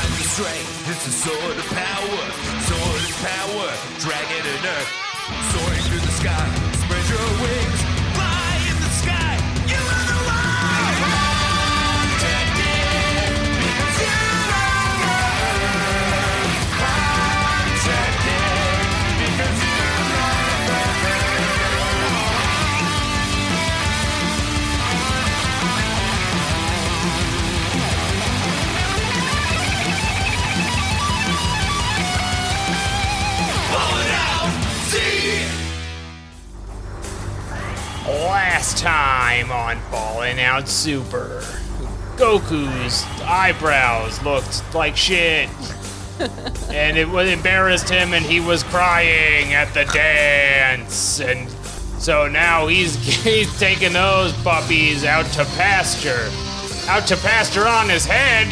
strength. It's a sword of power. Sword of power. Dragon and earth. Soaring through the sky. Spread your wings. Fly in the sky. You are the one. Protected. Because you're on earth. Protected. Because you're on earth. Last time on Ballin' Out Super, Goku's eyebrows looked like shit. and it was embarrassed him, and he was crying at the dance. And so now he's, he's taking those puppies out to pasture. Out to pasture on his head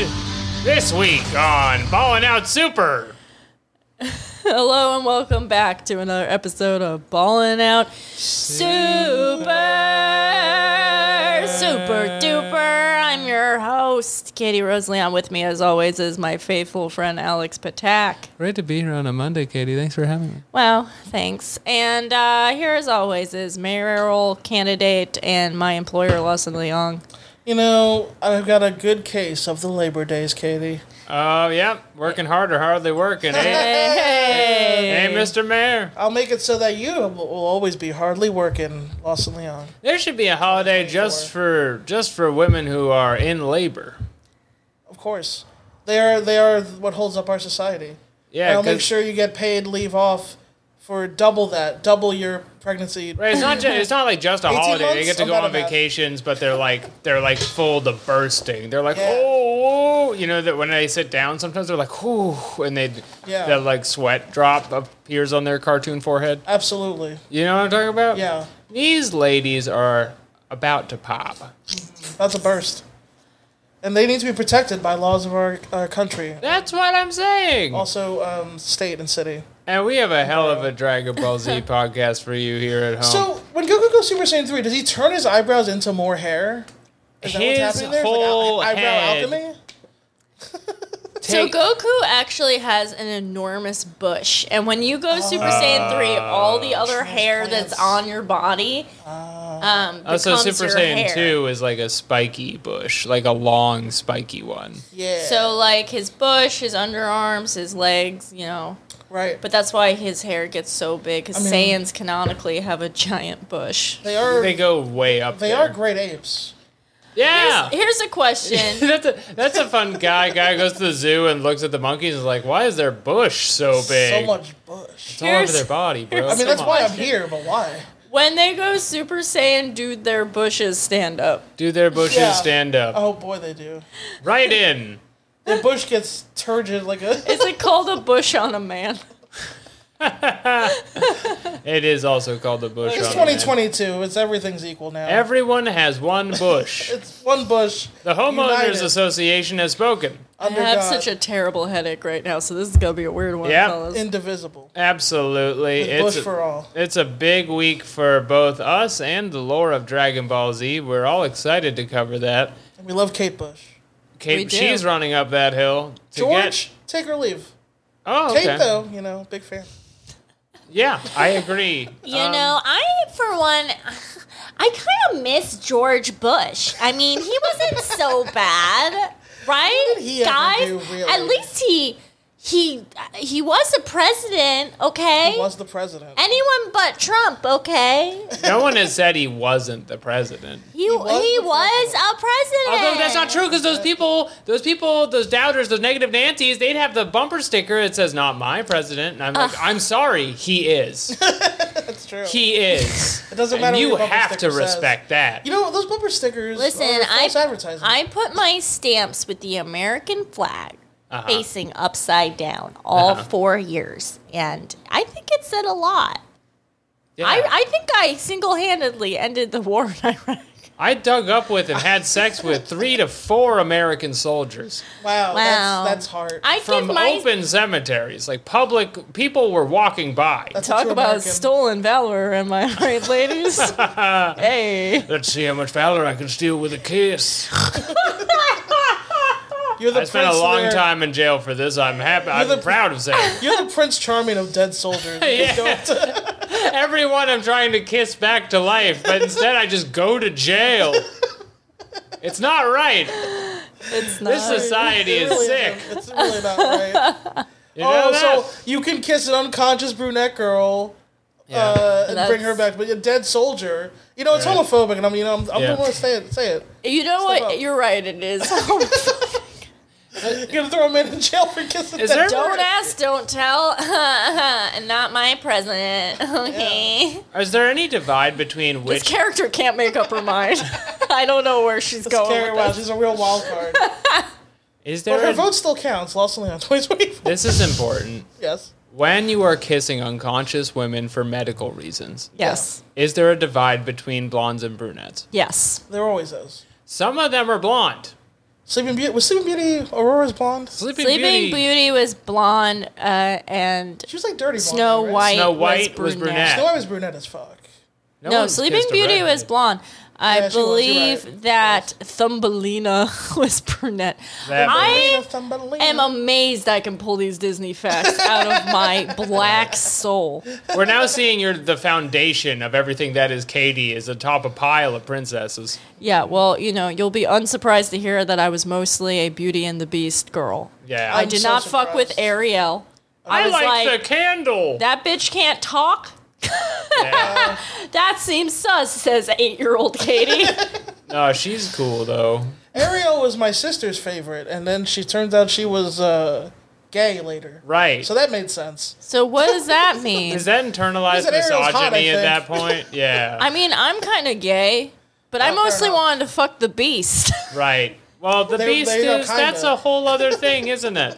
this week on Ballin' Out Super. Hello and welcome back to another episode of Ballin' Out Super Super Duper. I'm your host, Katie Roseleon. With me, as always, is my faithful friend Alex Patak. Great to be here on a Monday, Katie. Thanks for having me. Well, thanks. And uh, here, as always, is mayoral candidate and my employer, Lawson Leong. You know, I've got a good case of the Labor Days, Katie. Oh, yeah, working hard or hardly working, eh? Hey, Hey, Mr. Mayor. I'll make it so that you will always be hardly working, Lawson Leon. There should be a holiday just for just for women who are in labor. Of course, they are they are what holds up our society. Yeah, I'll make 'cause- sure you get paid leave off for double that, double your pregnancy. Right, it's not just, it's not like just a 18 holiday. they months? Oh, get to I'm go not on mad. vacations, but they're like they're like full to bursting. They're like, Yeah. oh, oh," you know that when they sit down, sometimes they're like, whoo, and they Yeah. that like sweat drop appears on their cartoon forehead. Absolutely. You know what I'm talking about? Yeah, These ladies are about to pop. that's a burst, and they need to be protected by laws of our, our country, That's what I'm saying. also um, state and city. And we have a hell of a Dragon Ball Z podcast for you here at home. So when Goku goes Super Saiyan three, does he turn his eyebrows into more hair? Is that what's his happening there? It's like whole eye- eyebrow head alchemy. So take- Goku actually has an enormous bush, and when you go Super Ah. Saiyan three, all the other hair that's on your body Ah. um, becomes Also, Oh, Super your Saiyan hair. 2 is like a spiky bush, like a long, spiky one. Yeah. So like his bush, his underarms, his legs, you know. right, But that's why his hair gets so big because I mean- Saiyans canonically have a giant bush. they are They they, go way up there. are great apes. Yeah! Here's a question. that's, a, that's a fun guy. Guy goes to the zoo and looks at the monkeys and is like, why is their bush so big? So much bush. It's all over Here's- their body, bro. I mean, Come that's why on. I'm here, but why? when they go Super Saiyan, do their bushes stand up? Do their bushes Yeah. stand up? Oh boy, they do. Right in. The bush gets turgid like a. Is it called a bush on a man? It is also called the bush. It's on the man. 2022. It's everything's equal now. Everyone has one bush. it's one bush. the Homeowners United. Association has spoken. Under I have God, such a terrible headache right now, so this is gonna be a weird one, Yeah. fellas. indivisible. Absolutely. With bush a- for all. It's a big week for both us and the lore of Dragon Ball Z. We're all excited to cover that. And we love Kate Bush. We Kate, do. she's running up that hill. To George, Get, take her leave. oh, okay. Kate though, you know, big fan. Yeah, I agree. You know, I, for one, I kind of miss George Bush. I mean, he wasn't so bad, right, he ever guys? do, really? At least he he he was the president, okay? He was the president. Anyone but Trump, okay? No one has said he wasn't the president. He he was, was the a president. Although that's not true because those people, those people, those doubters, those negative Nancies, they'd have the bumper sticker that says "Not my president," and I'm like, I'm sorry, he is. That's true. He is. it doesn't and matter. what you your bumper have to sticker says. respect that. You know those bumper stickers. Listen, are false I- advertising. I put my stamps with the American flag Uh-huh. facing upside down all Uh-huh. four years, and I think it said a lot. Yeah. I, I think I single handedly ended the war in Iraq. I dug up with and had sex with three to four American soldiers wow, Wow. That's, that's hard. I from give my open cemeteries. Like public people were walking by. That's a Talk true about American. stolen valor, am I right, ladies? hey. Let's see how much valor I can steal with a kiss. You're the I spent a prince long there. time in jail for this. I'm happy. I'm the- proud of saying. You're the Prince Charming of dead soldiers. You don't- Everyone I'm trying to kiss back to life, but instead I just go to jail. It's not right. It's not. This society It is really sick. isn't. It's really not right. You know oh, that? so you can kiss an unconscious brunette girl uh, and bring her That's- back, but a dead soldier. You know, it's Right. homophobic, and I mean, I'm, I'm Yeah. the one to say it. Say it. you know what? up. You're right. It is. You're gonna throw a man in jail for kissing. Is a dead there- soldier. don't ask, don't tell. and not my president. Okay. Is there any divide between This which character can't make up her mind. I don't know where she's going. Carrie, with wow, this. she's a real wild card. is but there? her A, vote still counts. Lost only on 2024. this is important. Yes. When you are kissing unconscious women for medical reasons, Yes. is there a divide between blondes and brunettes? Yes. There always is. Some of them are blonde. Sleeping Beauty was Sleeping Beauty Aurora's blonde. Sleeping, Sleeping Beauty, Beauty, was blonde uh, and She was like dirty. blonde, Snow right? White, Snow White was was brunette. brunette. Snow White was brunette as fuck. No, one's Sleeping kissed a Beauty redhead. was blonde. I Yeah, she was, you're believe right. that Thumbelina was brunette. That I Thumbelina. am amazed I can pull these Disney facts out of my black soul. We're now seeing your the foundation of everything that is Katie is atop a pile of princesses. Yeah, well, you know, you'll be unsurprised to hear that I was mostly a Beauty and the Beast girl. Yeah, I I'm did so not fuck with surprised. Ariel. I, was like, the candle. that bitch can't talk. Yeah. That seems sus, says eight year old Katie. No, she's cool though. Ariel was my sister's favorite, and then she turns out she was uh, gay later. Right. So that made sense. so, what does that mean? is that internalized Is that Ariel's misogyny hot, I at that think. point? Yeah. I mean, I'm kind of gay, but I Oh, fair mostly enough. wanted to fuck the beast. right. Well, the They- beast they are is that's kinda. a whole other thing, isn't it?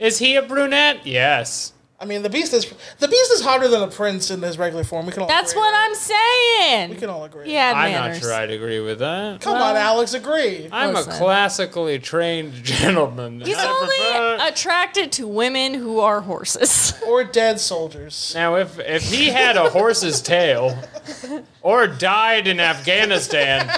Is he a brunette? Yes. I mean, the beast is the beast is hotter than a prince in his regular form. We can all That's agree. what I'm saying. We can all agree. He had I'm not manners. sure I'd agree with that. Come on, Alex, agree. I'm a Listen. classically trained gentleman. He's I prefer- only attracted to women who are horses. or dead soldiers. Now, if if he had a horse's tail, or died in Afghanistan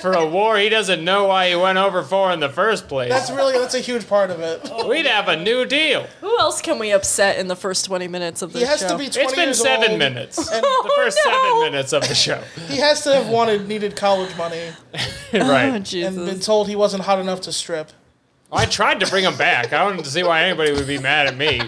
for a war he doesn't know why he went over for in the first place, That's really that's a huge part of it. we'd have a new deal. who else can we upset in the first 20 minutes of this He has show? to be 20 It's been years seven old. minutes. The And first Oh, no. seven minutes of the show, he has to have wanted needed college money Oh, right? and been Jesus. told he wasn't hot enough to strip. I tried to bring him back. I wanted to see why anybody would be mad at me.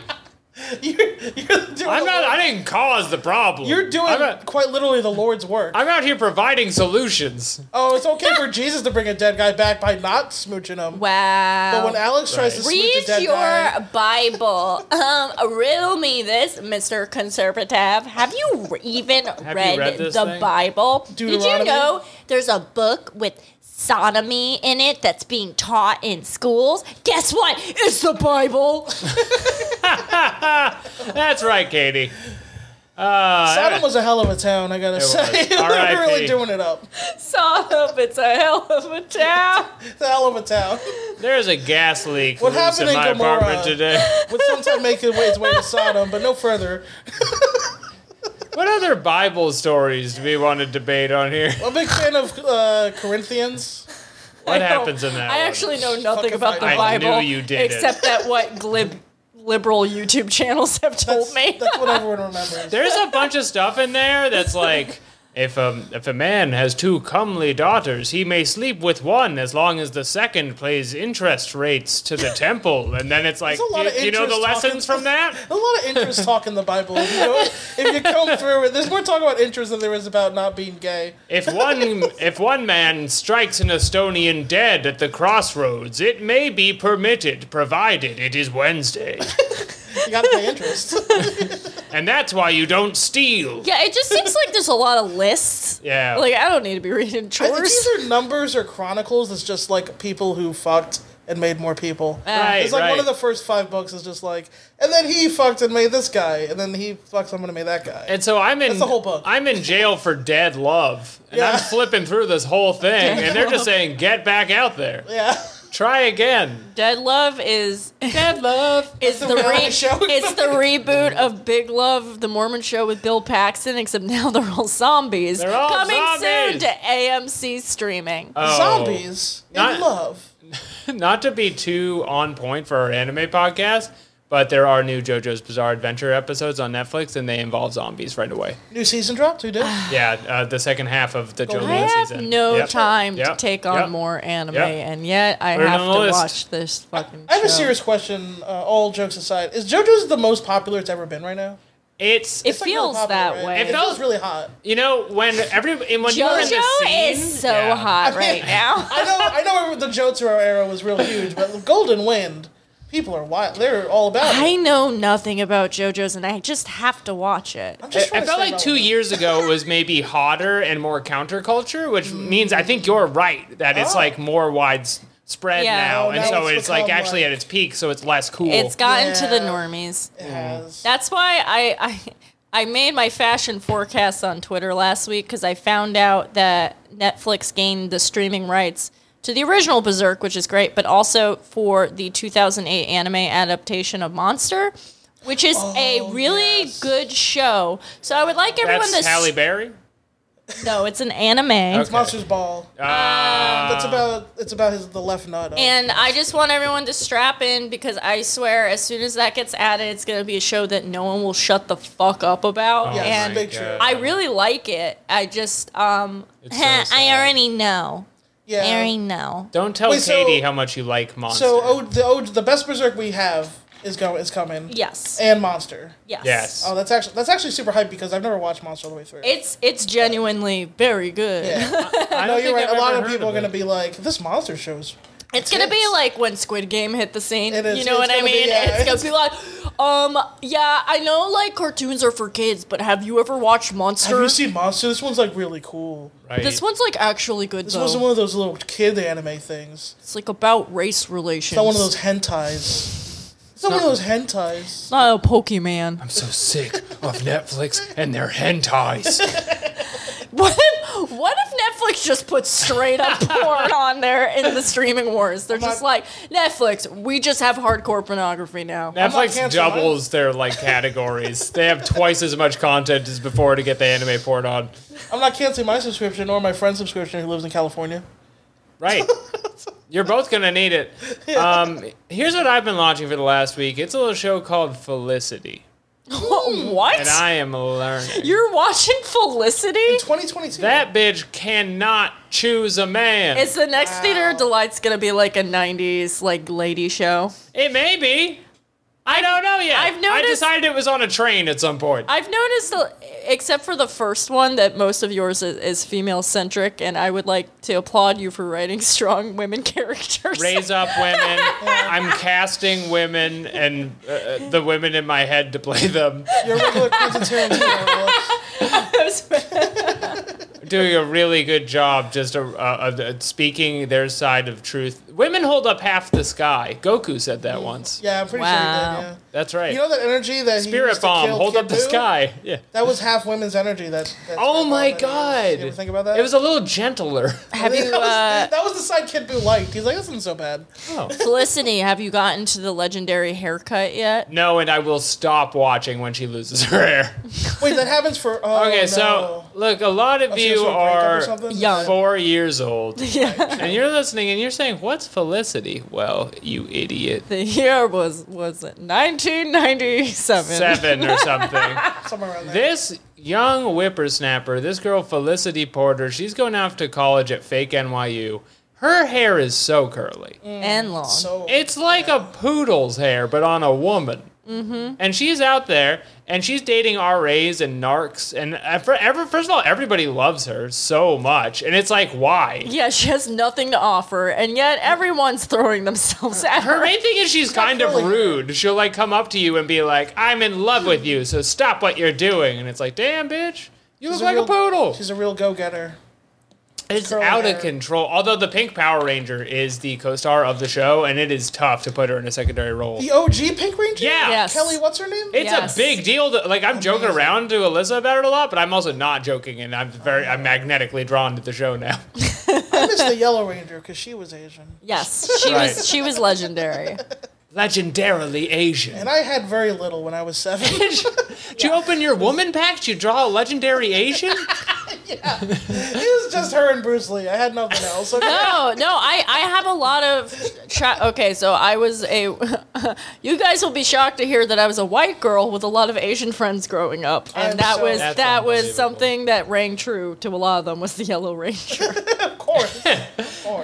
You're, you're doing I'm the not. Lord- I didn't cause the problem. you're doing I'm, not- quite literally the Lord's work. I'm out here providing solutions. oh, it's okay for Jesus to bring a dead guy back by not smooching him. But Wow. when Alex tries to Right. smooch a Read dead your guy, Bible. Um, riddle me this, Mr. Conservative. Have you re- even you read, read this the thing? Bible? Did you Deuteronomy? Oh, know there's a book with sodomy in it that's being taught in schools? Guess what? It's the Bible. That's right, Katie. Sodom was a hell of a town. I gotta say, was. they're R.I.P.. really doing it up. Sodom, it's a hell of a town. It's a hell of a town. There's a gas leak What loose in happened in my Gomorrah? apartment today. Would sometime make its way, its way to Sodom, but no further. What other Bible stories do we want to debate on here? I'm a big fan of uh, Corinthians. What I happens know- in that? I one? actually know nothing Fucking about the I Bible. knew you did it. Except that what glib liberal YouTube channels have told That's, me. that's what everyone remembers. there's a bunch of stuff in there that's like. If a, if a man has two comely daughters, he may sleep with one as long as the second plays interest rates to the temple. And then it's like, There's a lot you, of you know the interest talking- lessons from that? There's a lot of interest talk in the Bible. If you, know, if you come through it, there's more talk about interest than there is about not being gay. If one if one man strikes an Estonian dead at the crossroads, it may be permitted, provided it is Wednesday. You gotta pay interest. And that's why you don't steal. yeah, it just seems like there's a lot of lists. Yeah. Like I don't need to be reading I think chores. these are numbers or chronicles. It's just like people who fucked and made more Uh, people. right, It's like right. one of the first five books is just like, and then he fucked and made this guy, and then he fucked someone and made that guy. And so I'm in the whole book. I'm in jail for dead love. And Yeah. I'm flipping through this whole thing and they're just saying, get back out there. yeah. Try again. Dead Love is Dead love. is the, reality re- show. it's the reboot of Big Love, the Mormon show with Bill Paxton, except now they're all zombies. They're all Coming soon zombies. to AMC streaming. Oh. Zombies Not- in love. Not to be too on point for our anime podcast, but there are new JoJo's Bizarre Adventure episodes on Netflix, and they involve zombies right away. New season dropped. Who did? Ah, Yeah, uh, the second half of the Golden JoJo I have season. no Yep. time to Yep. take on Yep. more anime, Yep. and yet I Put it have on to the list. watch this fucking. I have a show. serious question. Uh, all jokes aside, is JoJo's the most popular it's ever been right now? It's It It's, like, real feels popular, that right? way. It, It feels felt- really hot. you know when every and when you're in the JoJo scene, is so Yeah. hot I right mean- now. I know. I know the Jotaro era was real huge, but Golden Wind, people are wild. They're all about I it. know nothing about JoJo's, and I just have to watch it. I'm just I trying to felt stay like two relevant. years ago it was maybe hotter and more counterculture, which means I think you're right that it's Mm. Oh. like more widespread Yeah. now, Oh, and now so it's it's like become, actually at like- its peak, so it's less cool. It's gotten to the Yeah. normies. It has. That's why I I, I made my fashion forecasts on Twitter last week because I found out that Netflix gained the streaming rights to the original Berserk, which is great, but also for the 2008 anime adaptation of Monster, which is a really yes. good show. So I would like everyone Oh, That's to Halle Um, Berry. no, it's an anime. Okay. Monsters Ball. Ah. That's about. It's about his the left nut. of- And I just want everyone to strap in because I swear, as soon as that gets added, it's going to be a show that no one will shut the fuck up about. Oh. Yes, and big true. I really like it. I just um It's so sad. I already know. yeah. I already know. Don't tell Wait, so- Katie how much you like Monster. So oh, the oh, the best Berserk we have is go is coming. Yes. And Monster. Yes. yes. Oh, that's actually that's actually super hype because I've never watched Monster all the way through. It's it's genuinely very good. yeah. I no, don't think you're right. I've A lot ever of heard people are it. gonna be like, this Monster show's. It's gonna be Yes. like when Squid Game hit the scene. It is. You know It's what I gonna be- mean? yeah. It's gonna be like, um, yeah, I know like cartoons are for kids, but have you ever watched Monster? Have you seen Monster? This one's like really cool. Right. this one's like actually good This though. wasn't one of those little kid anime things. It's It's like about race relations. not one of those hentais. It's not one of those hentais. It's not a Pokemon. I'm so sick of Netflix and their hentais. What if, what if Netflix just puts straight up porn on there in the streaming wars? They're just like Netflix. We just have hardcore pornography now. Netflix canceling. doubles their like categories. they have twice as much content as before to get the anime poured on. I'm not canceling my subscription or my friend's subscription who lives in California. Right. You're both gonna need it. Um, here's what I've been watching for the last week. It's a little show called Felicity, What? and what? I am learning. You're watching Felicity? 2022. that bitch cannot choose a man. Is the next Theater of Delight's gonna be like a '90s like lady show? it may be. I don't know yet. I've noticed- I decided it was on a train at some point. I've noticed, uh, except for the first one, that most of yours is, is female centric, and I would like to applaud you for writing strong women characters. raise up women. I'm casting women and uh, uh, the women in my head to play them. Your regular Quentin Tarantino. Alex. Doing a really good job just uh, uh, uh, speaking their side of truth. Women hold up half the sky. Goku said that once. Yeah, I'm pretty Wow. sure he did. That's Yeah. right. You know that energy that he used Spirit to bomb, kill hold Kid up the Buu? sky. Yeah. That was half women's energy. That. that Oh Spirit my bomb that he god. used. You ever think about that? It was a little gentler. Have you? that, was, Uh, that was the side Kid Boo liked. He's like, this isn't so bad. Oh. Felicity, have you gotten to the legendary haircut yet? No, and I will stop watching when she loses her hair. Wait, that happens for. Oh, Okay, no. so look, a lot of Oh, she goes you through a breakup or are something? young. four years old. Yeah. And you're listening and you're saying, What's Felicity? Well, you idiot. The year was was 1997. Seven or something. somewhere around there. this young whippersnapper, this girl Felicity Porter, she's going off to college at fake NYU. Her hair is so curly. and long. so It's like a poodle's hair, but on a woman. Mm-hmm. And she's out there, and she's dating RAs and narcs, and uh, for ever first of all, everybody loves her so much, and it's like, why? yeah, she has nothing to offer, and yet everyone's throwing themselves at Her her. main thing is she's kind of really rude. She'll like come up to you and be like, "I'm in love with you, so stop what you're doing," and it's like, "Damn, bitch, you look She's a like real- a poodle." she's a real go-getter. It's curly out hair. of control. Although the Pink Power Ranger is the co-star of the show, and it is tough to put her in a secondary role. The OG Pink Ranger. Yeah. Yes. Kelly, what's her name? It's Yes. a big deal. To, like I'm joking around to Alyssa about it a lot, but I'm also not joking, and I'm very I'm magnetically drawn to the show now. I miss the Yellow Ranger because she was Asian, Yes, she Right. was she was legendary. Legendarily Asian. and I had very little when I was seven. Did you open your woman pack? Did you draw a legendary Asian? it was just her and Bruce Lee. I had nothing else. Okay? No, no, I, I have a lot of. Tra- okay, so I was a. you guys will be shocked to hear that I was a white girl with a lot of Asian friends growing up, and I'm that so- was That's that was unbelievable. something that rang true to a lot of them was the Yellow Ranger. Of course.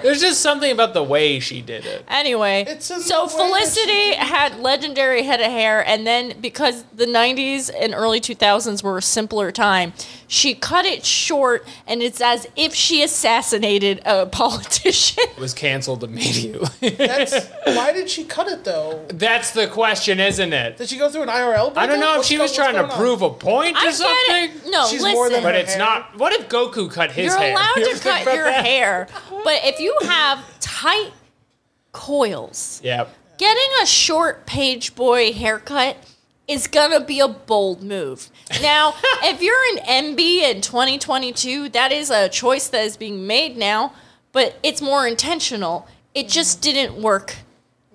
There's just something about the way she did it. anyway, It's in so the way that she Felicity had legendary head of hair, and then because the '90s and early 2000s were a simpler time, she cut it short, and it's as if she assassinated a politician. It was canceled immediately. That's, why did she cut it though? That's the question, isn't it? Did she go through an IRL? Breakup? I don't know if What's she go- was what's trying to going on? prove a point or I something. get it. No, She's listen. more than But her it's hair. not. What if Goku cut his You're hair? allowed You to ever think cut about your that? hair, but if you have tight coils, Yep. getting a short page boy haircut is gonna be a bold move. Now, if you're an MB in 2022, that is a choice that is being made now, but it's more intentional. It Mm-hmm. just didn't work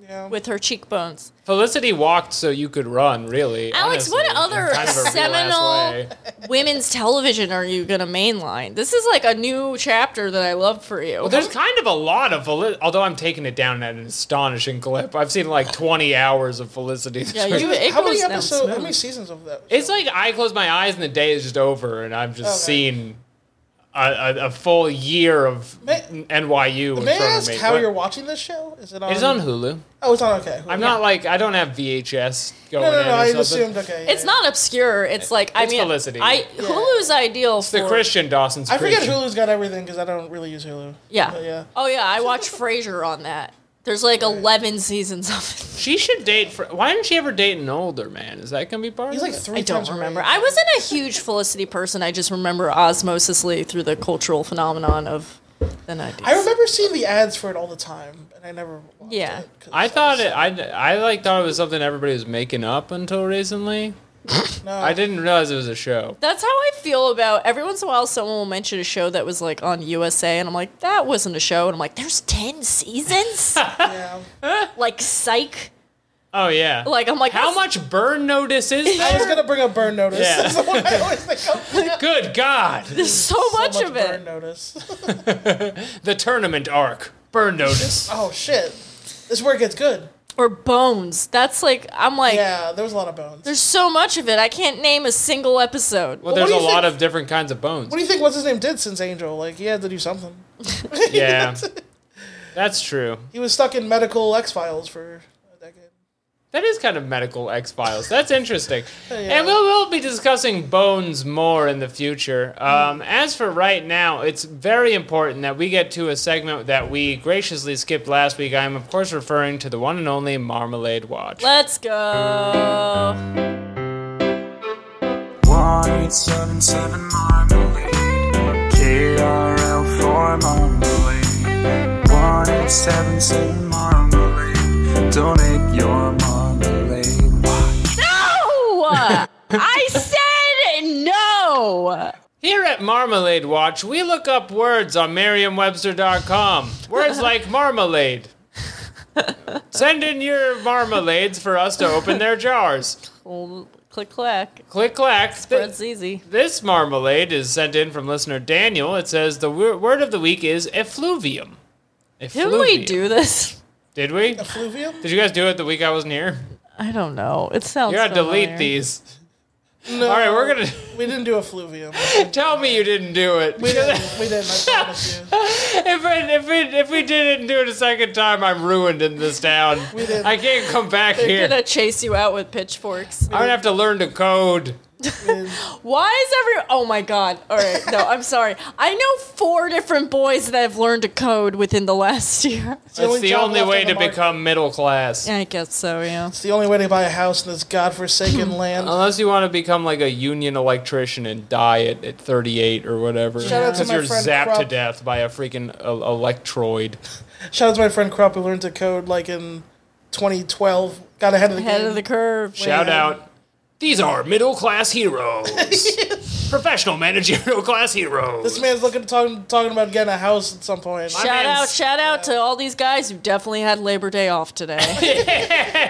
Yeah. with her cheekbones. Felicity walked so you could run, really. Alex, what honestly, in other kind of a real-ass seminal- way. Women's television are you gonna mainline? This is like a new chapter that I love for you. Well, there's kind of a lot of Felicity, although I'm taking it down at an astonishing clip. I've seen like 20 hours of Felicity. Yeah, you- it how many goes down episodes? How smooth. many seasons of that? It's like I close my eyes and the day is just over, and I've just Okay. seen a, a, a full year of May- NYU. in May I front ask of me. how What- you're watching this show? Is it on? It's on Hulu. Oh, it's on. Okay. I'm not like I don't have VHS going. No, no, in no. or I something. assumed. Okay. It's not obscure. It's like I It's mean, Felicity. I Yeah. Hulu's ideal It's for the Christian Dawson's. I forget Creek. Hulu's got everything because I don't really use Hulu. Yeah. But yeah. Oh yeah, I watch Frasier on that. There's like eleven seasons of She should date. For, why didn't she ever date an older man? Is that gonna be part? He's of like it? three it. I don't times her remember. age. I wasn't a huge Felicity person. I just remember osmosisly through the cultural phenomenon of the nineties. I remember seeing the ads for it all the time, and I never. Watched Yeah. It 'cause I thought it. I, I like thought it was something everybody was making up until recently. No. I didn't realize it was a show. That's how I feel about every once in a while someone will mention a show that was like on USA and I'm like, that wasn't a show and I'm like, there's ten seasons? Yeah. like psych. Oh yeah. Like I'm like how that's- much burn notice is I that? was gonna bring up burn notice. Yeah. That's the one I always think of. Good God. there's so, much, So of much it. burn notice. The tournament arc. Burn notice. Oh shit. This is where it gets good. Or bones. That's like I'm like Yeah, there was a lot of bones. There's so much of it. I can't name a single episode. Well, Well, what there's do a you lot think- of different kinds of bones. what do you think? What's his name did since Angel? Like he had to do something. Yeah. That's true. He was stuck in medical X Files for a decade. That is kind of medical X Files. That's interesting. And we will be discussing bones more in the future. Um, as for right now, it's very important that we get to a segment that we graciously skipped last week. I'm, of course, referring to the one and only Marmalade Watch. Let's go. 1877 Marmalade, KRL for Marmalade. 1877 Marmalade, donate your marmalade. No! I said no! Here at Marmalade Watch, we look up words on merriam-webster.com. Words like marmalade. Send in your marmalades for us to open their jars. Well, click clack. Click clack. Th- Bread's easy. this marmalade is sent in from listener Daniel. It says the wor- word of the week is effluvium. Didn't we Effluvium. do this? Did we? Fluvium? Did you guys do it the week I wasn't here? I don't know. It sounds. You gotta familiar. delete these. No. All right, we're gonna We didn't do a fluvium. tell me you didn't do it. We didn't. We didn't. I promise you. If, I, if, we, if we didn't do it a second time, I'm ruined in this town. did. I can't come back They're here. gonna chase you out with pitchforks. I'm gonna have to learn to code. Why is every? Oh my god! All right, no, I'm sorry. I know four different boys that have learned to code within the last year. the It's only the job only left way on to the market. become middle class. I guess so. Yeah. It's the only way to buy a house in this godforsaken land. Unless you want to become like a union electrician and die at, at 38 or whatever. Shout out to my you're friend zapped to Krupp. death by a freaking uh, electroid. Shout out to my friend Krupp who learned to code like in 2012. Got ahead of the Head game. of the curve. Shout Yeah. out. These are middle class heroes. Professional managerial class heroes. This man's looking talking talking about getting a house at some point. Shut- Shout out, man's- shout out to all these guys who definitely had Labor Day off today.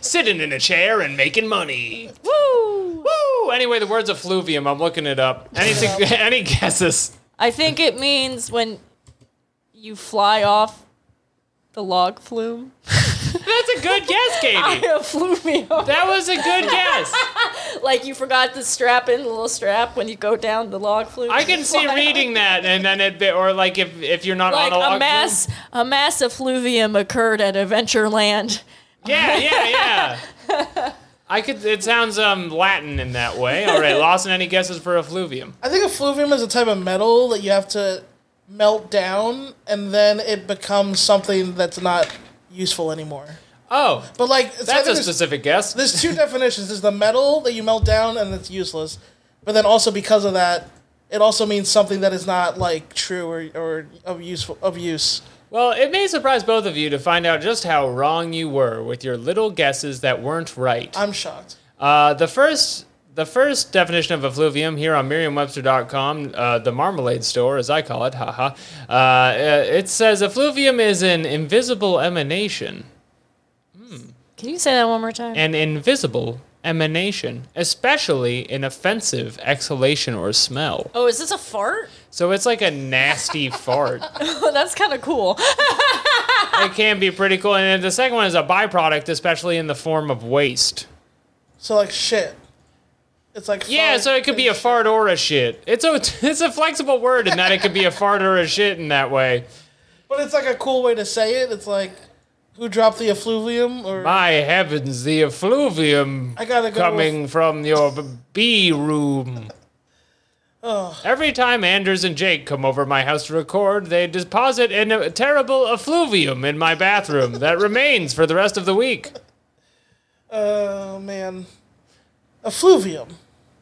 Sitting in a chair and making money. Woo! Woo! Anyway, the words effluvium. I'm looking it up. Any sug- any guesses? I think it means when you fly off the log flume. That's a good guess, Katie. It flew me off. That was a good guess. Like you forgot to strap in the little strap when you go down the log flume. I can see Fly off. reading that, and then it or like if if you're not on Like a a log mass, a mass effluvium occurred at Adventureland. Yeah, yeah, yeah. I could. It sounds um Latin in that way. All right, Lawson. Any guesses for effluvium? I think effluvium is a type of metal that you have to melt down, and then it becomes something that's not useful anymore. Oh, But like, so I think that's a there's- specific guess. There's two definitions. There's the metal that you melt down and it's useless, but then also because of that, it also means something that is not like true or, or of useful of use. Well, it may surprise both of you to find out just how wrong you were with your little guesses that weren't right. I'm shocked. Uh, the first. The first definition of effluvium here on Merriam-Webster.com, uh, the marmalade store, as I call it, haha, uh, uh, it says effluvium is an invisible emanation Can you say that one more time? an invisible emanation, especially an offensive exhalation or smell. oh, is this a fart? So it's like a nasty fart. Oh, that's kind of cool. It can be pretty cool. And then the second one is a byproduct, especially in the form of waste. So like shit. It's like Yeah, fart so it could be a and fart or a shit. It's a it's a flexible word in that it could be a fart or a shit in that way. shit. But it's like a cool way to say it. It's like who dropped the effluvium or My heavens, the effluvium I gotta go coming from your b- bee room. Every time Anders and Jake come over my house to record, they deposit an, a terrible effluvium in my bathroom that remains for the rest of the week. oh man. Effluvium.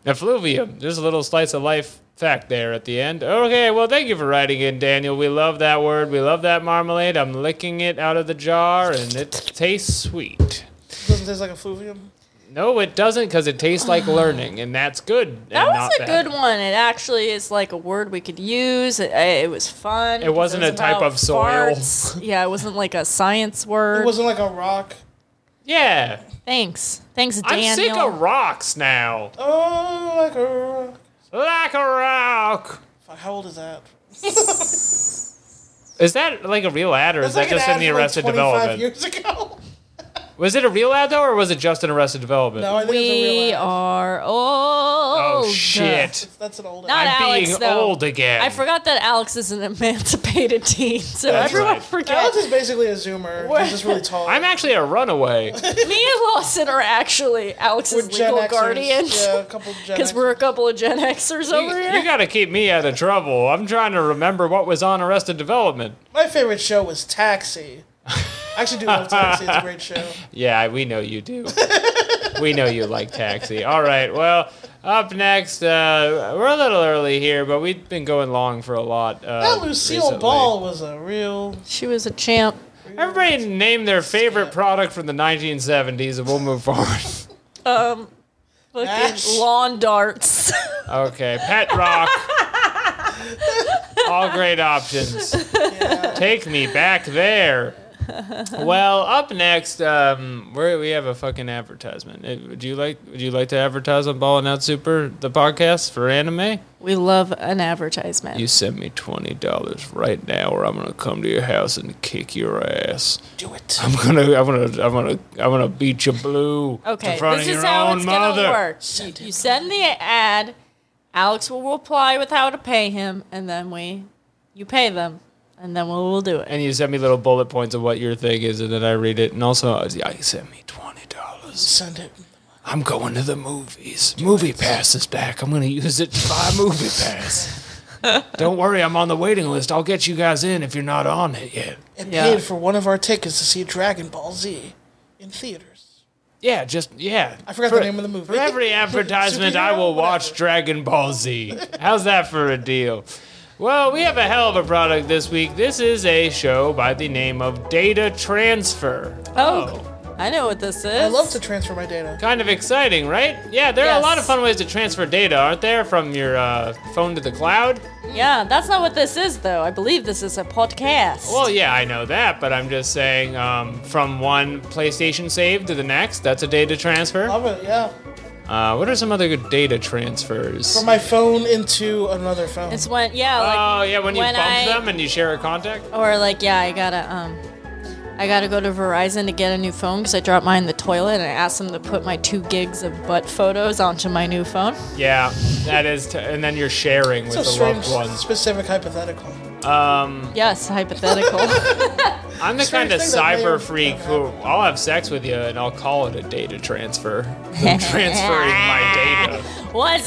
Effluvium. There's a little slice of life fact there at the end. Okay, well, thank you for writing in, Daniel. We love that word. We love that marmalade. I'm licking it out of the jar, and it tastes sweet. Doesn't taste like effluvium. No, it doesn't, because it tastes like learning, and that's good. That was a good one. It actually is like a word we could use. It, it was fun. because wasn't a was type about of soil. farts. yeah, it wasn't like a science It word. wasn't like a rock. Yeah, Thanks. Thanks, I'm Daniel. sick of rocks now. Oh like a rock. Like a rock. Fuck, how old is that? Is that like a real ad, or is It's like that an just ad in the from, like, Arrested 25 Development? years ago. Was it a real ad though, or was it just in Arrested Development? No, I think it's a real we ad. are old. oh shit! That's an old. Not I'm Alex, being though. old again. I forgot that Alex is an emancipated teen, so That's everyone right. forget. Alex is basically a zoomer. He's just really tall. I'm actually a runaway. Me and Lawson are actually Alex's We're Gen legal Xers. guardians Yeah, a couple Gen because Xers. we're a couple of Gen Xers you, over here. you gotta keep me out of trouble. I'm trying to remember what was on Arrested Development. My favorite show was Taxi. I actually do love Taxi. It's a great show. Yeah, we know you do. we know you like Taxi. All right, well, up next, uh, we're a little early here, but we've been going long for a lot. Uh, That Lucille recently. Ball was a real. she was a champ. Everybody name their favorite product from the 1970s, and we'll move forward. Um, fucking Ash. lawn darts. okay, Pet Rock. All great options. Take me back there. Well, up next, um, we we have a fucking advertisement. Uh, Would you like Would you like to advertise on Ballin' Out Super, the podcast for anime? we love an advertisement. You send me twenty dollars right now, or I'm gonna come to your house and kick your ass. Do it. I'm gonna, I'm gonna, I'm gonna, I'm gonna beat you blue okay, in front this of your is how own it's mother. gonna work. You, you send the ad. Alex will reply with how to pay him, and then we, you pay them, and then we'll, we'll do it. And you send me little bullet points of what your thing is, and then I read it. And also, I I send me twenty dollars. Send it. I'm going to the movies. Movie pass is back. I'm gonna use it to buy a movie pass. Don't worry, I'm on the waiting list. I'll get you guys in if you're not on it yet. It Yeah. paid for one of our tickets to see Dragon Ball Z in theaters. Yeah, just yeah. I forgot the name of the movie. For every advertisement, I will Superhero, watch Dragon Ball Z. How's that for a deal? Well, we have a hell of a product this week. This is a show by the name of Data Transfer. Oh, I know what this is. I love to transfer my data. Kind of exciting, right? Yeah, there are a lot of Yes. fun ways to transfer data, aren't there? From your uh, phone to the cloud? Yeah, that's not what this is, though. I believe this is a podcast. Well, yeah, I know that, but I'm just saying um, from one PlayStation save to the next, that's a data transfer. Love it, yeah. Uh, what are some other good data transfers? From my phone into another phone. it's when yeah, like oh, yeah, when you when bump I- them and you share a contact? or like yeah, I gotta um, I gotta go to Verizon to get a new phone because I dropped mine in the toilet and I asked them to put my two gigs of butt photos onto my new phone. Yeah, that is, t- and then you're sharing with so the strange, loved ones. specific hypothetical. Yes, hypothetical. I'm the strange kind of thing that may or cyber freak may who I'll have sex with you and I'll call it a data transfer. I'm transferring my data. What's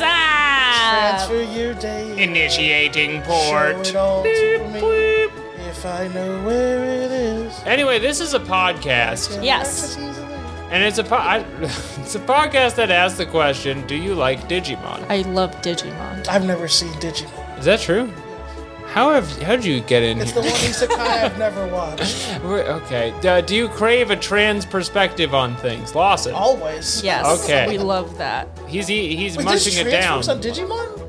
up? Transfer your data. Initiating Show port. it all to me if I know where it is. Anyway, this is a podcast, Yes. and it's a po- I, it's a podcast that asks the question: Do you like Digimon? I love Digimon. I've never seen Digimon. Is that true? How have how did you get in It's the here? one isekai I've never watched. We're- okay, uh, do you crave a trans perspective on things, Lawson? Always. Yes. Okay. We love that. He's he, he's Oh. Wait, there's munching it down. transforms on Digimon?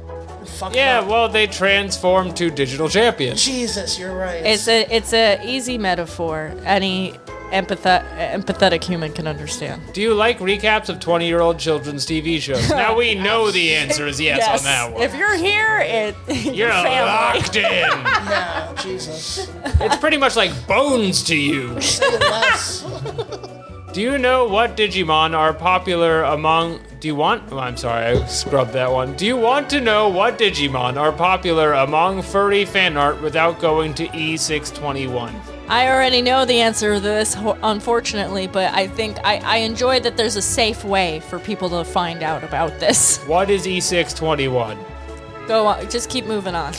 Fuck Yeah, no. well, they transform to digital champions. Jesus, you're right. It's a it's a easy metaphor. Any empath- empathetic human can understand. Do you like recaps of 20 year old children's TV shows? Now we know the answer is yes, on that one. If you're here, it You're locked in. yeah, Jesus. it's pretty much like bones to you. Less. Do you know what Digimon are popular among? Do you want? Oh, I'm sorry, I scrubbed that one. Do you want to know what Digimon are popular among furry fan art without going to E E621? I already know the answer to this, ho- unfortunately, but I think I, I enjoy that there's a safe way for people to find out about this. What is E E621? Go on, just keep moving on.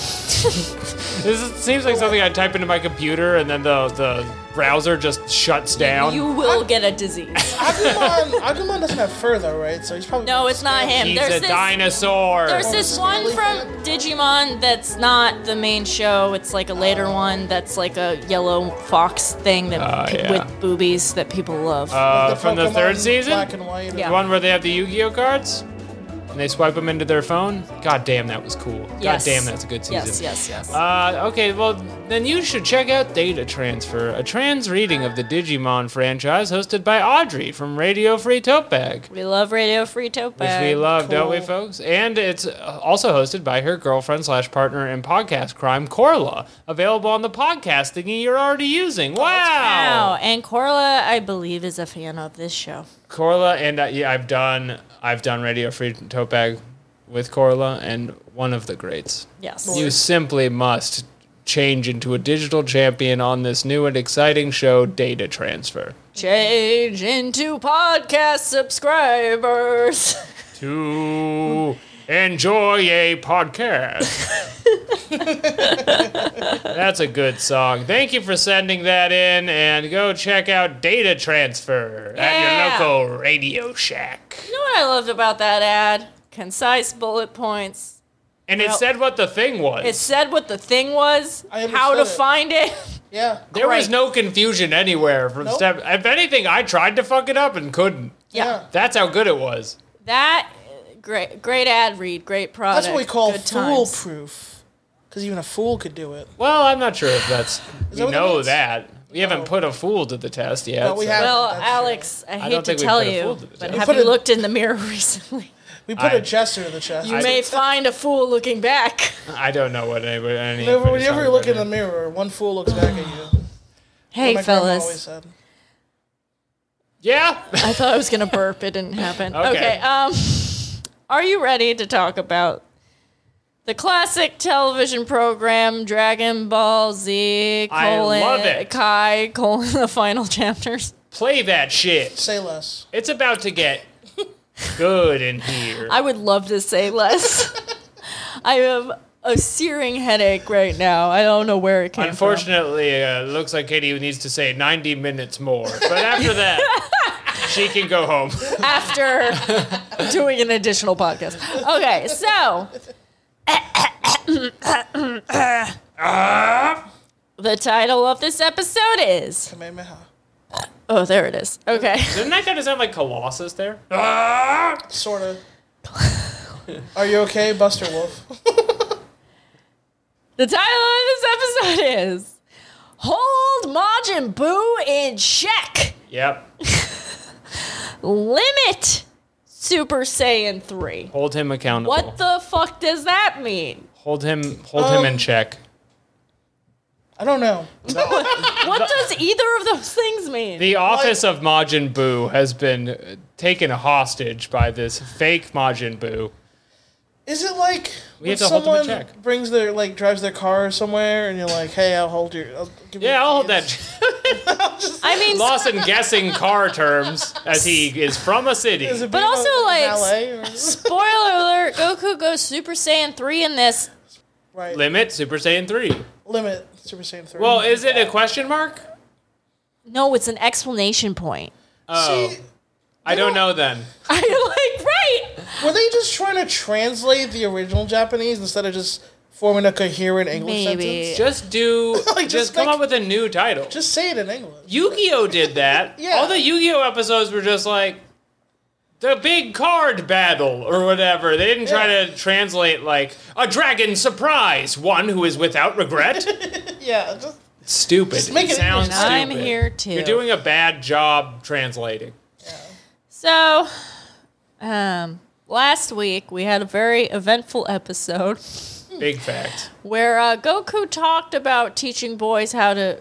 This is, seems like something I type into my computer and then the, the browser just shuts down. You will get a disease. Agumon, Agumon doesn't have fur though, right? So he's probably No, it's not him. He's there's a this, dinosaur. There's this one from Digimon that's not the main show. It's like a later one that's like a yellow fox thing that Oh, pe- yeah. with boobies that people love. Uh, from the Pokemon third season? Black and white. The Yeah. one where they have the Yu-Gi-Oh cards and they swipe them into their phone. God damn, that was cool. Yes. God damn, that's a good season. yes, yes, yes. Uh, okay, well, then you should check out Data Transfer, a trans reading of the Digimon franchise hosted by Audrey from Radio Free Tote Bag, which we love Radio Free Topa. we love, don't we, cool. folks? And it's uh, also hosted by her girlfriend slash partner in podcast crime, Corla, available on the podcast thingy you're already using. Wow. And Corla, I believe, is a fan of this show. Corla and uh, yeah, I've done I've done Radio Free Tote Bag with Corla and one of the greats. Yes. You simply must change into a digital champion on this new and exciting show, Data Transfer. Change into podcast subscribers. To enjoy a podcast. That's a good song. Thank you for sending that in, and go check out Data Transfer at Yeah. your local Radio Shack. You know what I loved about that ad? Concise bullet points. And it Well, said what the thing was. It said what the thing was, I how to understood it. find it. Yeah. There was Right. no confusion anywhere from Nope. step. If anything, I tried to fuck it up and couldn't. Yeah. That's how good it was. That great great ad read, great product. That's what we call good times. foolproof. Because even a fool could do it. Well, I'm not sure if that's. we that what that know means? that. We haven't put a fool to the test yet. No, we so- haven't. Well, That's true. Alex, I hate don't to think we tell put a fool you, to the but test. have We you put a- looked in the mirror recently? We put a I- jester in the chest. You may find a fool looking back. I don't know what anybody. Any Whenever, whenever you look in the them. mirror, one fool looks back at you. Hey, My grandma always fellas. said. Yeah. I thought I was gonna burp. It didn't happen. Okay. Okay. um, are you ready to talk about the classic television program Dragon Ball Z I colon love it. Kai colon the final chapters? Play that shit. Say less. It's about to get good in here. I would love to say less. I have a searing headache right now. I don't know where it came from. Unfortunately, uh, looks like Katie needs to say 90 minutes more. But after that, she can go home. After doing an additional podcast. Okay, so the title of this episode is Kamehameha. Oh, there it is. Okay. Didn't that kind of sound like Colossus there? Sort of. Are you okay, Buster Wolf? The title of this episode is Hold Majin Boo in Check. Yep. Limit Super Saiyan 3. Hold him accountable. What the fuck does that mean? Hold him. Hold Um, him in check. I don't know. What does either of those things mean? The office of Majin Buu has been uh, taken hostage by this fake Majin Buu. Is it like We when have to hold them in someone check. brings their like drives their car somewhere and you're like, hey, I'll hold your. I'll give you Yeah, the I'll hold keys." that. I mean, Lawson guessing car terms as he is from a city. Is it But being also, a like, valet or- spoiler alert Goku goes Super Saiyan 3 in this. right Limit Super Saiyan 3. limit Super Saiyan three. Well, is it a question mark? No, it's an explanation point. Oh, See, I don't know then. I'm like, right. were they just trying to translate the original Japanese instead of just forming a coherent English Maybe. sentence? Just do. Like, just, just come make- up with a new title. Just say it in English. Yu-Gi-Oh did that. Yeah. All the Yu-Gi-Oh episodes were just like the big card battle or whatever. They didn't try Yeah. to translate like a dragon surprise, one who is without regret. Yeah, just stupid. make it it sounds English. stupid. I'm here too. You're doing a bad job translating. So, um, last week we had a very eventful episode Big fact. where uh, Goku talked about teaching boys how to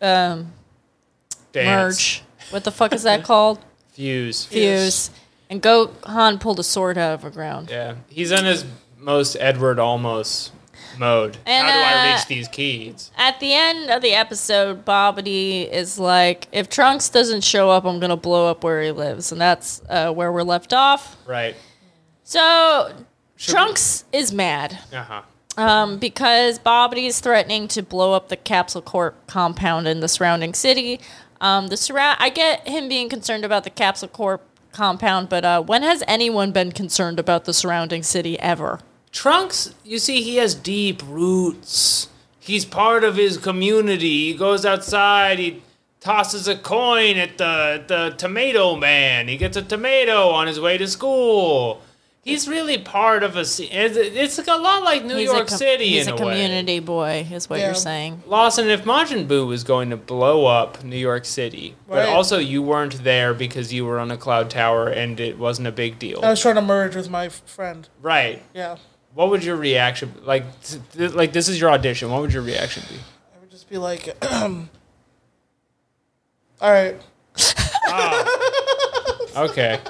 um, Dance. merge. What the fuck is that called? Fuse. Fuse. And Gohan pulled a sword out of the ground. Yeah. He's in his most Edward almost mode. And, How do I uh, reach these kids? At the end of the episode, Bobbity is like, if Trunks doesn't show up, I'm going to blow up where he lives. And that's uh, where we're left off. Right. So, we- Trunks is mad. Uh-huh. um, because Bobbity is threatening to blow up the Capsule Corp compound in the surrounding city. Um, the surround, I get him being concerned about the Capsule Corp compound, but uh, when has anyone been concerned about the surrounding city ever? Trunks, you see, he has deep roots. He's part of his community. He goes outside, he tosses a coin at the, the tomato man. He gets a tomato on his way to school. He's really part of a. c- It's it's like a lot like New York com- City He's in a a, way. community boy, is what Yeah. you're saying. Lawson, if Majin Buu was going to blow up New York City, but Right. also you weren't there because you were on a cloud tower and it wasn't a big deal, I was trying to merge with my f- friend. right? Yeah, What would your reaction like? t- th- like this is your audition. What would your reaction be? I would just be like, all right. Okay.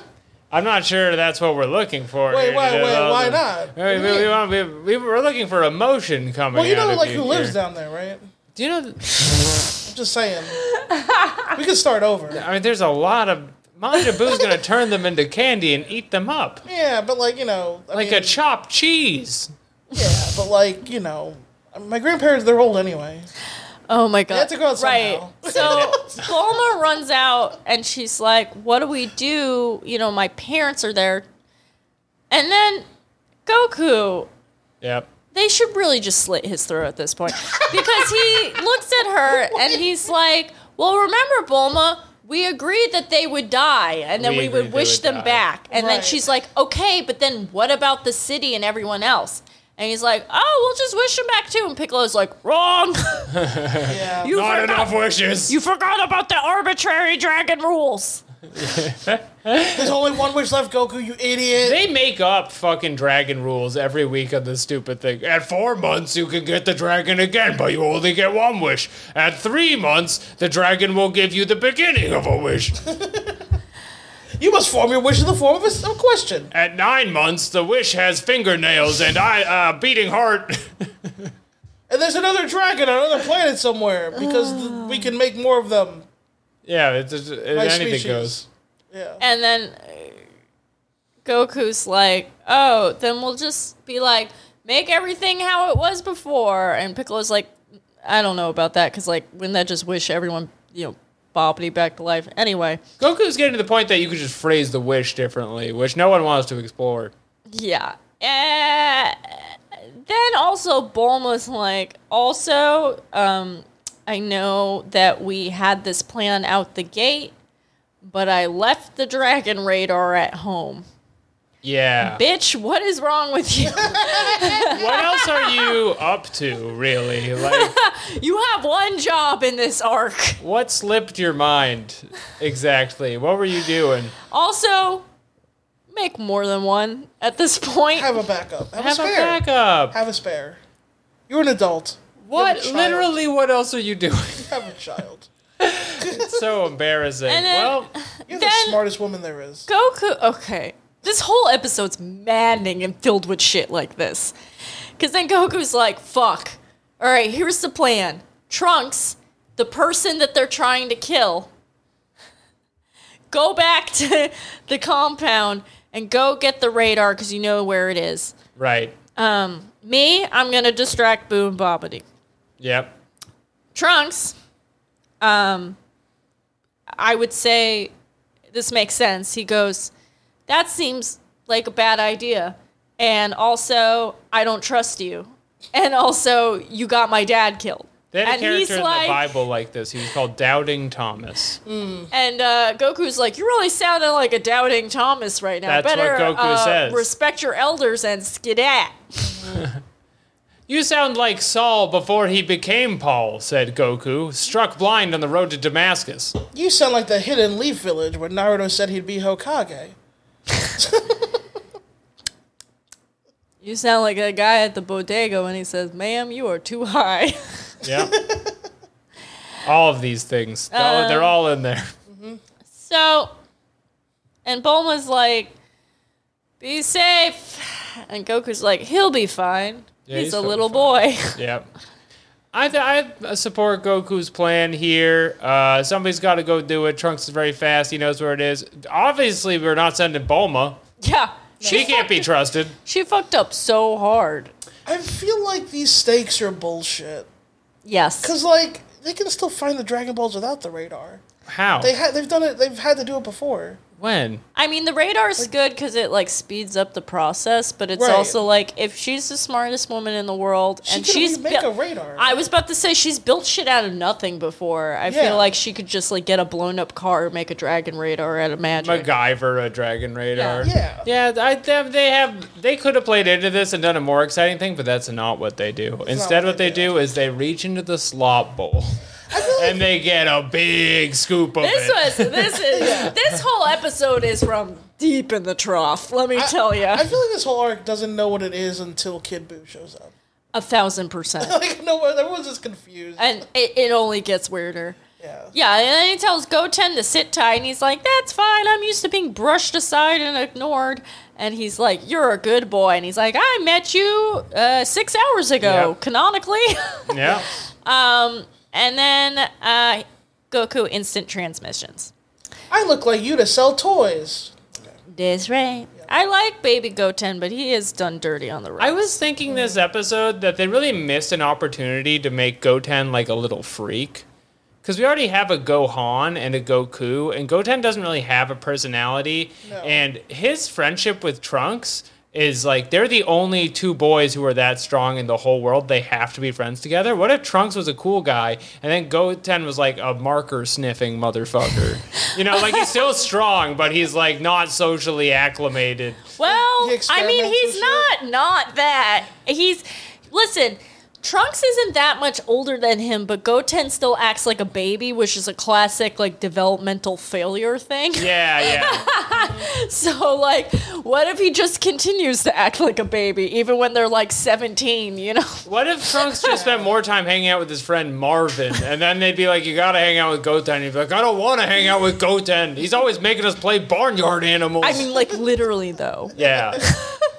I'm not sure that's what we're looking for. Wait, here why? today. Wait, Well, why the- not? Hey, we, we, want- we, we were looking for emotion coming. Well, you out know, of like you who lives here. down there, right? Do you know? th- I'm just saying. we could start over. I mean, there's a lot of Manja Boo's gonna turn them into candy and eat them up Yeah, but like you know, I like a mean, chopped cheese. yeah, but like you know, my grandparents—they're old anyway. Oh my god! had to go out right. somehow. So Bulma runs out and she's like, "What do we do? You know, my parents are there." And then Goku Yep. they should really just slit his throat at this point because he looks at her and he's like, "Well, remember Bulma, we agreed that they would die and then We we, agreed would they wish would them die." back." And then Right. she's like, "Okay, but then what about the city and everyone else?" And he's like, "Oh, we'll just wish them back too." And Piccolo's like, "Wrong. Yeah, You Not forgot, enough wishes. You forgot about the arbitrary dragon rules." there's only one wish left, Goku. You idiot. they make up fucking dragon rules every week on this stupid thing. At four months, you can get the dragon again, but you only get one wish. At three months, the dragon will give you the beginning of a wish. You must form your wish in the form of a, s- a question. At nine months, the wish has fingernails and I uh, beating heart. And there's another dragon on another planet somewhere because th- we can make more of them. yeah, it's, it's, By anything species. goes. Yeah. And then uh, Goku's like, "Oh, then we'll just be like, make everything how it was before." And Piccolo's like, "I don't know about that because like, wouldn't that just wish everyone, you know, Bobbity back to life?" Anyway, Goku's getting to the point that you could just phrase the wish differently, which no one wants to explore. yeah. Eh, Uh, then also Bulma's like, also, um, I know that we had this plan out the gate, but I left the dragon radar at home. Yeah. Bitch, what is wrong with you? What else are you up to, really? Like, you have one job in this arc. what slipped your mind exactly? What were you doing? Also, make more than one at this point. Have a backup. Have, a Have a spare. backup. Have a spare. You're an adult. What? child. Literally, what else are you doing? Have a child. so embarrassing. And then- well, You're Then- the smartest woman there is. Goku. Okay. This whole episode's maddening and filled with shit like this. Because then Goku's like, fuck. All right, here's the plan Trunks, the person that they're trying to kill, go back to the compound and go get the radar because you know where it is. right. Me, I'm going to distract Boo and Bobbity. Yep. Trunks, um, I would say this makes sense. He goes, That seems like a bad idea. And also, I don't trust you. And also, you got my dad killed. They had a And he's character in like- Mm. the Bible like this. He was called Doubting Thomas. And uh, Goku's like, You really sounding like a doubting Thomas right now. That's what Better Goku uh, says." respect your elders and skedat. You sound like Saul before he became Paul, said Goku, struck blind on the road to Damascus. You sound like the hidden leaf village where Naruto said he'd be Hokage. You sound like a guy at the bodega when he says, Ma'am, you are too high. Yeah. all of these things. All- Uh. they're all in there. So, and Bulma's like, be safe. And Goku's like, he'll be fine. Yeah, he's, he's a gonna be little fine." boy. Yep. I, th- I support Goku's plan here. Uh, somebody's got to go do it. Trunks is very fast. He knows where it is. Obviously, we're not sending Bulma. yeah. She can't be trusted. She fucked up so hard. I feel like these stakes are bullshit. Yes. Cause like they can still find the Dragon Balls without the radar. How? They ha- they've done it. They've had to do it before. when? I mean, the radar's good because it like speeds up the process, but it's Right. also like if she's the smartest woman in the world She and can she's remake bu- a radar. I was about to say she's built shit out of nothing before. I Yeah. feel like she could just like get a blown up car or make a dragon radar out of magic. MacGyver, a dragon radar. Yeah. Yeah, I, they, they have. They could have played into this and done a more exciting thing, but that's not what they do. Instead, what what they, they do. do is they reach into the slop bowl I feel like and they get a big scoop of This it. was this is this whole episode is from deep in the trough. Let me tell you, I feel like this whole arc doesn't know what it is until Kid Boo shows up. a thousand percent, Like no, one- everyone's just confused. and it, it only gets weirder. yeah. Yeah, and then he tells Goten to sit tight, and he's like, "That's fine. I'm used to being brushed aside and ignored." And he's like, "You're a good boy," and he's like, "I met you uh, six hours ago, Yep. canonically." yeah. and then uh, Goku instant transmissions. I look like you to sell toys. That's right. I like Baby Goten, but he is done dirty on the road. I was thinking this episode that they really missed an opportunity to make Goten like a little freak. Because we already have a Gohan and a Goku, and Goten doesn't really have a personality. And his friendship with Trunks is like they're the only two boys who are that strong in the whole world. They have to be friends together. What if Trunks was a cool guy and then Goten was like a marker sniffing motherfucker? you know, like he's still strong, but he's like not socially acclimated. Well, He I mean, experiments he's with not not that. He's listen. Trunks isn't that much older than him, but Goten still acts like a baby, which is a classic like developmental failure thing. Yeah, yeah. So like, what if he just continues to act like a baby even when they're like 17, you know? What if Trunks just spent more time hanging out with his friend Marvin, and then they'd be like, "You gotta hang out with Goten." He'd be like, "I don't want to hang out with Goten. He's always making us play barnyard animals." I mean, like literally though. yeah,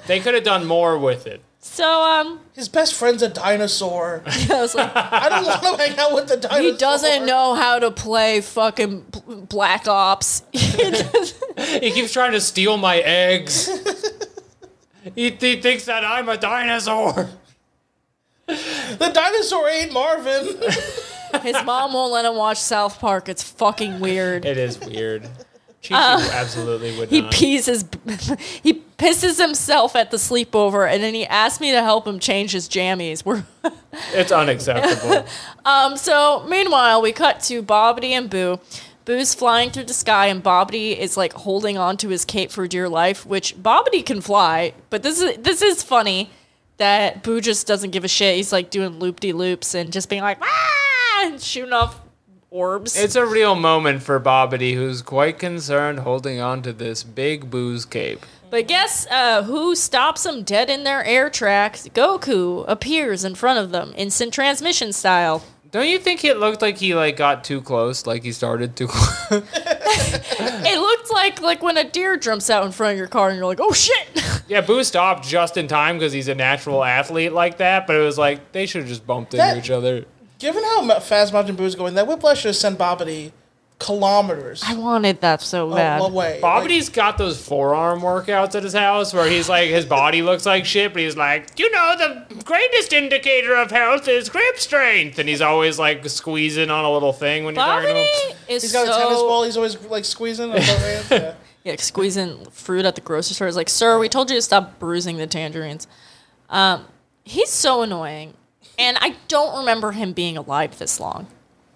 they could have done more with it. So um His best friend's a dinosaur. I was like, I don't want to hang out with the dinosaur. he doesn't know how to play fucking bl- Black Ops. He keeps trying to steal my eggs. He, he thinks that I'm a dinosaur. The dinosaur ain't Marvin. His mom won't let him watch South Park. It's fucking weird. It is weird. Chi absolutely would Uh, He not. pees his, he pisses himself at the sleepover, and then he asked me to help him change his jammies. We're it's unacceptable. Um, so meanwhile, we cut to Bobbity and Boo. Boo's flying through the sky, and Bobbity is like holding on to his cape for dear life. Which Bobbity can fly, but this is this is funny that Boo just doesn't give a shit. He's like doing loop de loops and just being like ah, and shooting off orbs. it's a real moment for Bobbity, who's quite concerned holding on to this big booze cape. But guess uh, who stops them dead in their air tracks? Goku appears in front of them, instant transmission style. Don't you think it looked like he like got too close, like he started too close? It looked like like when a deer jumps out in front of your car, and you're like, oh shit. yeah, Boo stopped just in time because he's a natural athlete like that. But it was like they should have just bumped into That- each other. Given how ma- fast Mountain Boo is going, that whiplash should have sent Bobbity kilometers I wanted that so Oh, bad. away. Like, Bobbity's got those forearm workouts at his house where he's like, his body looks like shit, but he's like, you know, the greatest indicator of health is grip strength. And he's always like squeezing on a little thing when you're talking to him. Bobbity is he's got so a tennis ball. He's always like squeezing. on both hands, yeah. Yeah, squeezing fruit at the grocery store. He's like, "Sir, we told you to stop bruising the tangerines." Um, he's so annoying, and I don't remember him being alive this long.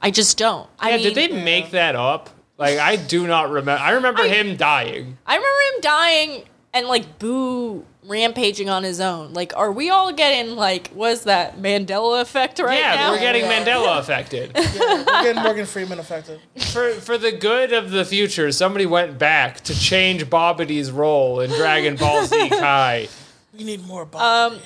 I just don't. I Yeah, mean, did they make that up? Like, I do not remember. I remember him dying. I remember him dying and like Boo rampaging on his own. Like, are we all getting like was that Mandela effect right yeah, now? we're getting Mandela affected. We're getting Morgan Freeman affected. for for the good of the future, somebody went back to change Bobbity's role in Dragon Ball Z Kai. You need more Um, Bobbity. And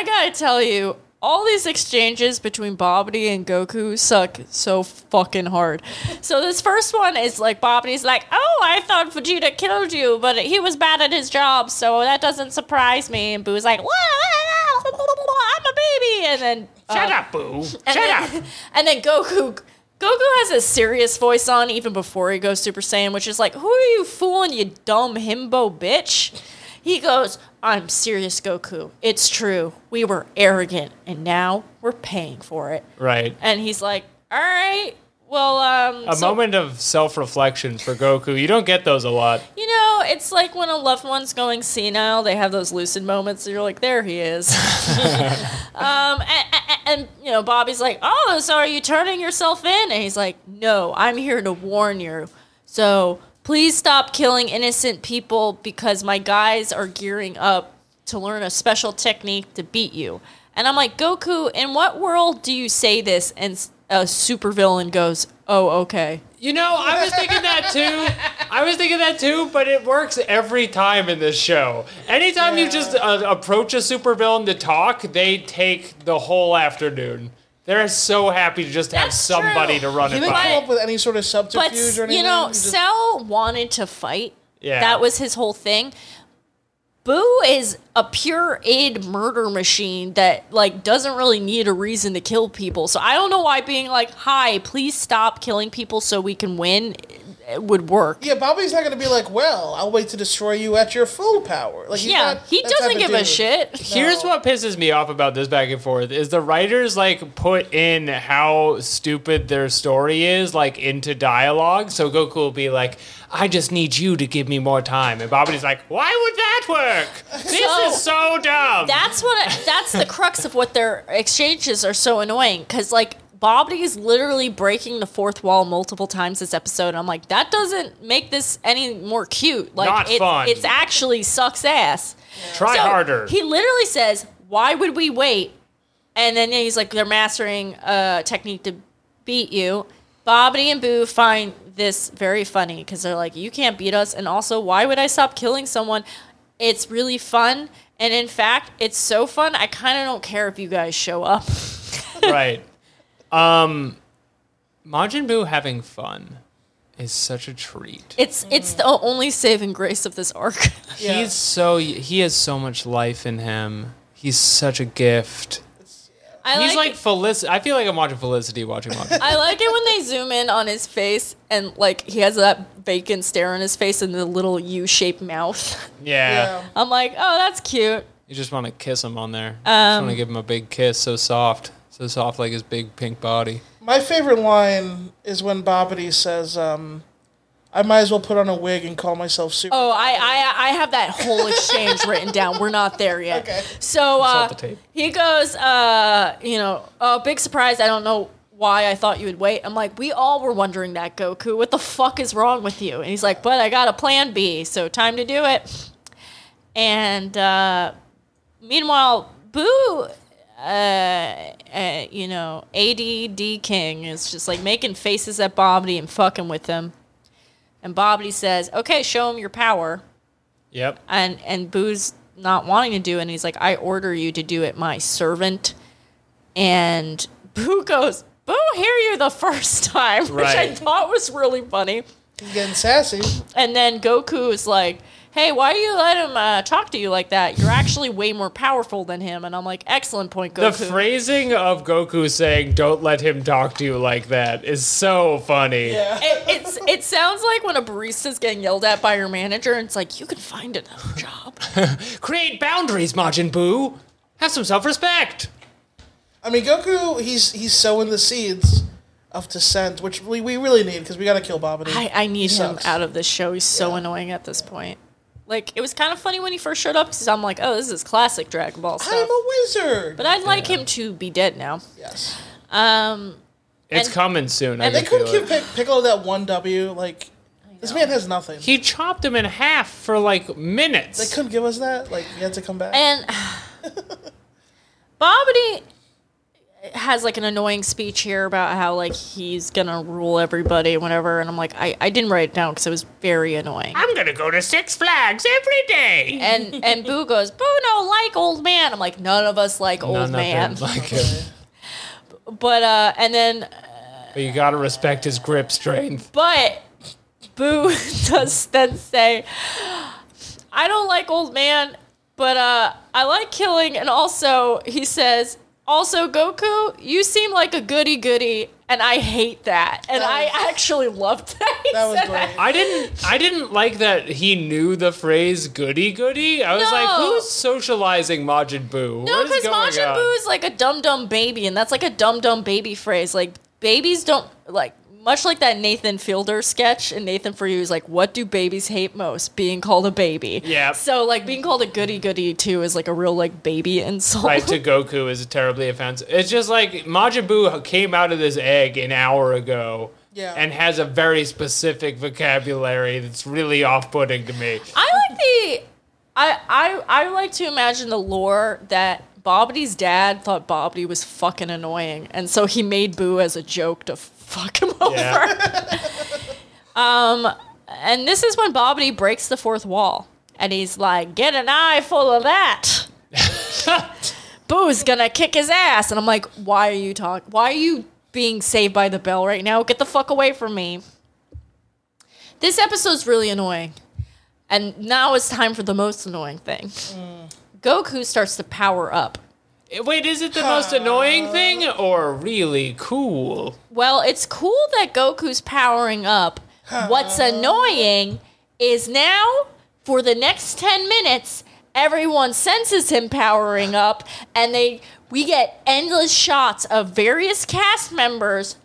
I gotta tell you, all these exchanges between Bobbity and Goku suck so fucking hard. So this first one is like Bobbity's like, "Oh, I thought Vegeta killed you, but he was bad at his job, so that doesn't surprise me." And Boo's like, "Wah, wah, wah, wah, wah, wah, "I'm a baby," and then Shut up, Boo. and Shut up. then, And then Goku. Goku has a serious voice on even before he goes Super Saiyan, which is like, "Who are you fooling, you dumb himbo bitch?" He goes, "I'm serious, Goku. It's true. We were arrogant, and now we're paying for it." Right. And he's like, "All right, well, um, A so- moment of self reflection for Goku. You don't get those a lot. you know, it's like when a loved one's going senile, they have those lucid moments. And you're like, there he is. um, and, and, you know, Bobby's like, oh, so are you turning yourself in? And he's like, no, I'm here to warn you. So please stop killing innocent people because my guys are gearing up to learn a special technique to beat you. And I'm like, Goku, in what world do you say this? And s- a supervillain goes, oh, okay. You know, I was thinking that too. I was thinking that too, but it works every time in this show. Anytime you just uh, approach a supervillain to talk, they take the whole afternoon. They're so happy to just have That's somebody true. to run He it didn't come by. up with any sort of subterfuge But or anything. you know, He just- Cell wanted to fight. Yeah. That was his whole thing. Boo is a pure id murder machine that like doesn't really need a reason to kill people. So I don't know why being like, "Hi, please stop killing people so we can win," it would work. yeah, Bobby's not gonna be like, well, I'll wait to destroy you at your full power. Like, he's yeah, not he that type doesn't of give a dude. shit. Here's No. what pisses me off about this back and forth is the writers like put in how stupid their story is like into dialogue. So Goku will be like, "I just need you to give me more time," and Bobbity's like, "Why would that work? This So- is so dumb." That's what. that's the crux of what their exchanges are so annoying because like Bobbity is literally breaking the fourth wall multiple times this episode. I'm like, that doesn't make this any more cute. Like, Not it, fun. It's actually sucks ass. Try So, harder. He literally says, "Why would we wait?" And then he's like, "They're mastering a technique to beat you." Bobbity and Boo find this very funny because they're like, "You can't beat us," and also, why would I stop killing someone? It's really fun, and in fact, it's so fun. I kind of don't care if you guys show up. right. Um, Majin Buu having fun is such a treat. It's it's the only saving grace of this arc. Yeah. He's so he has so much life in him. He's such a gift. I He's like like Felicity. I feel like I'm watching Felicity watching Majin. Buu. I like it when they zoom in on his face and like he has that vacant stare on his face and the little U-shaped mouth. yeah. Yeah. I'm like, oh, that's cute. You just want to kiss him on there. just want to give him a big kiss, so soft, so soft like his big pink body. My favorite line is when Bobbity says, um, I might as well put on a wig and call myself Super. Oh, I, I I have that whole exchange written down. We're not there yet. So uh, the tape. he goes, uh, you know, oh, big surprise. I don't know why I thought you would wait. I'm like, we all were wondering that, Goku. What the fuck is wrong with you? And he's like, but I got a plan B, so time to do it. And uh, meanwhile, Boo, uh, uh, you know, ADD King is just like making faces at Bobbity and fucking with him. And Bobbity says, okay, show him your power Yep. and and Boo's not wanting to do it. And he's like, I order you to do it, my servant. And Boo goes, Boo, hear you the first time, which I Right. thought was really funny. He's getting sassy. And then Goku is like, Hey, why do you let him uh, talk to you like that? You're actually way more powerful than him. And I'm like, Excellent point, The Goku. phrasing of Goku saying "Don't let him talk to you like that" is so funny. Yeah. it, it's it sounds like when a barista's getting yelled at by your manager, and it's like you can find another job. Create boundaries, Majin Buu. Have some self-respect. I mean, Goku, he's he's sowing the seeds of dissent, which we, we really need because we gotta kill Bobbity. I, I need He him sucks. out of this show. He's so annoying at this point. Like it was kind of funny when he first showed up because I'm like, oh, this is classic Dragon Ball I'm stuff. a wizard. but I'd like him to be dead now. yes. Um, It's And- coming soon. I and they They can couldn't feel give it. Pic- Piccolo that one W. Like, this man has nothing. He chopped him in half for like minutes. they couldn't give us that. Like, he had to come back. and Bobbity has like an annoying speech here about how like he's gonna rule everybody and whatever. And I'm like, I, I didn't write it down because it was very annoying. I'm gonna go to Six Flags every day. and and Boo goes, Boo no like old man. I'm like, none of us like old man. like him. But uh, and then But you gotta respect his grip strength. But Boo does then say, I don't like old man, but uh, I like killing. And also, he says, also, Goku, you seem like a goody goody, and I hate that. And I actually loved that. he that was said great. I didn't. I didn't like that he knew the phrase "goody goody." I was No. like, "Who's socializing Majin Buu?" No, What is because going Majin on? Buu is like a dumb dumb baby, and that's like a dumb dumb baby phrase. Like babies don't like much like that Nathan Fielder sketch, and Nathan for you is like, what do babies hate most? Being called a baby. Yep. So like being called a goody goody too is like a real like baby insult. right to Goku is terribly offensive. It's just like Majin Buu came out of this egg an hour ago. Yeah. And has a very specific vocabulary that's really off-putting to me. I like the I I I like to imagine the lore that Bobbity's dad thought Bobbity was fucking annoying, and so he made Boo as a joke to fuck him over. Yeah. um, and this is when Bobbity breaks the fourth wall, and he's like, "Get an eye full of that." Boo's gonna kick his ass, and I'm like, "Why are you talk? Why are you being saved by the bell right now? Get the fuck away from me." This episode's really annoying. And now it's time for the most annoying thing. Goku starts to power up. Wait, is it the most annoying thing or really cool? Well, it's cool that Goku's powering up. What's annoying is now, for the next 10 minutes, everyone senses him powering up, and they we get endless shots of various cast members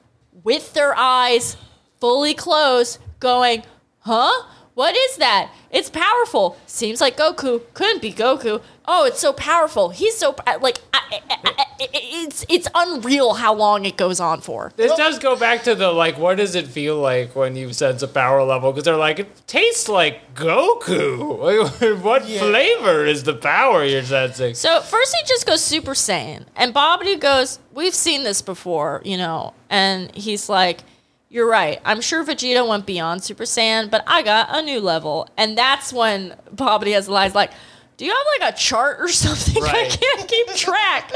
with their eyes fully closed, going, huh? What is that? It's powerful. Seems like Goku couldn't be Goku. Oh, it's so powerful. He's so like I, I, I, I- it's it's unreal how long it goes on for. This does go back to the like, what does it feel like when you sense a power level? Because they're like, it tastes like Goku. what flavor is the power you're sensing? So first he just goes Super Saiyan, and Bobbity goes, "We've seen this before, you know." And he's like, "You're right. I'm sure Vegeta went beyond Super Saiyan, but I got a new level." And that's when Bobbity has lies like, "Do you have like a chart or something? I Right. can't keep track."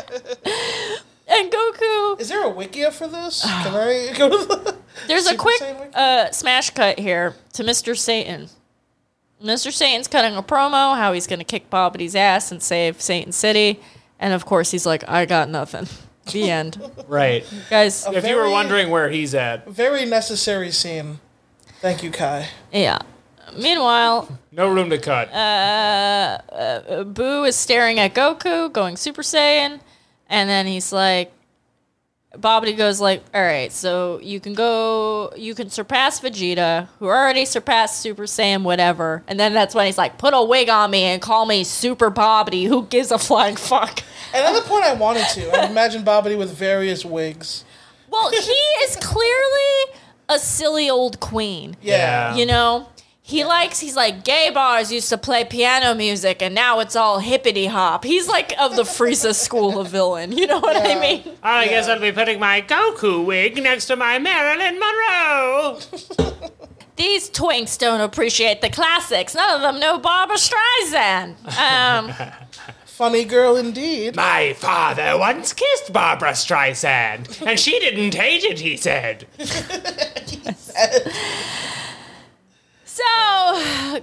and Goku Is there a Wikia for this? Can I go to the. There's a Super quick Saiyan Wiki? uh, smash cut here to Mr. Satan. Mr. Satan's cutting a promo how he's going to kick Bobbity's ass and save Satan City. And of course, he's like, I got nothing. The end. Right. Guys, If you were Very- wondering where he's at, Very necessary scene. Thank you, Kai. yeah. Meanwhile, no room to cut. Uh, Boo is staring at Goku going Super Saiyan, and then he's like, Bobbity goes like, "All right, so you can go, you can surpass Vegeta, who already surpassed Super Saiyan, whatever." And then that's when he's like, "Put a wig on me and call me Super Bobbity. Who gives a flying fuck?" And at the point, I wanted to. I imagine Bobbity with various wigs. Well, he is clearly a silly old queen. Yeah. Um, You know, he likes, he's like, gay bars used to play piano music and now it's all hippity hop. He's like of the Frieza school of villain. You know what I mean? I guess I'll be putting my Goku wig next to my Marilyn Monroe. These twinks don't appreciate the classics. None of them know Barbara Streisand. Um, Funny girl indeed. My father once kissed Barbara Streisand, and she didn't hate it, he said. so,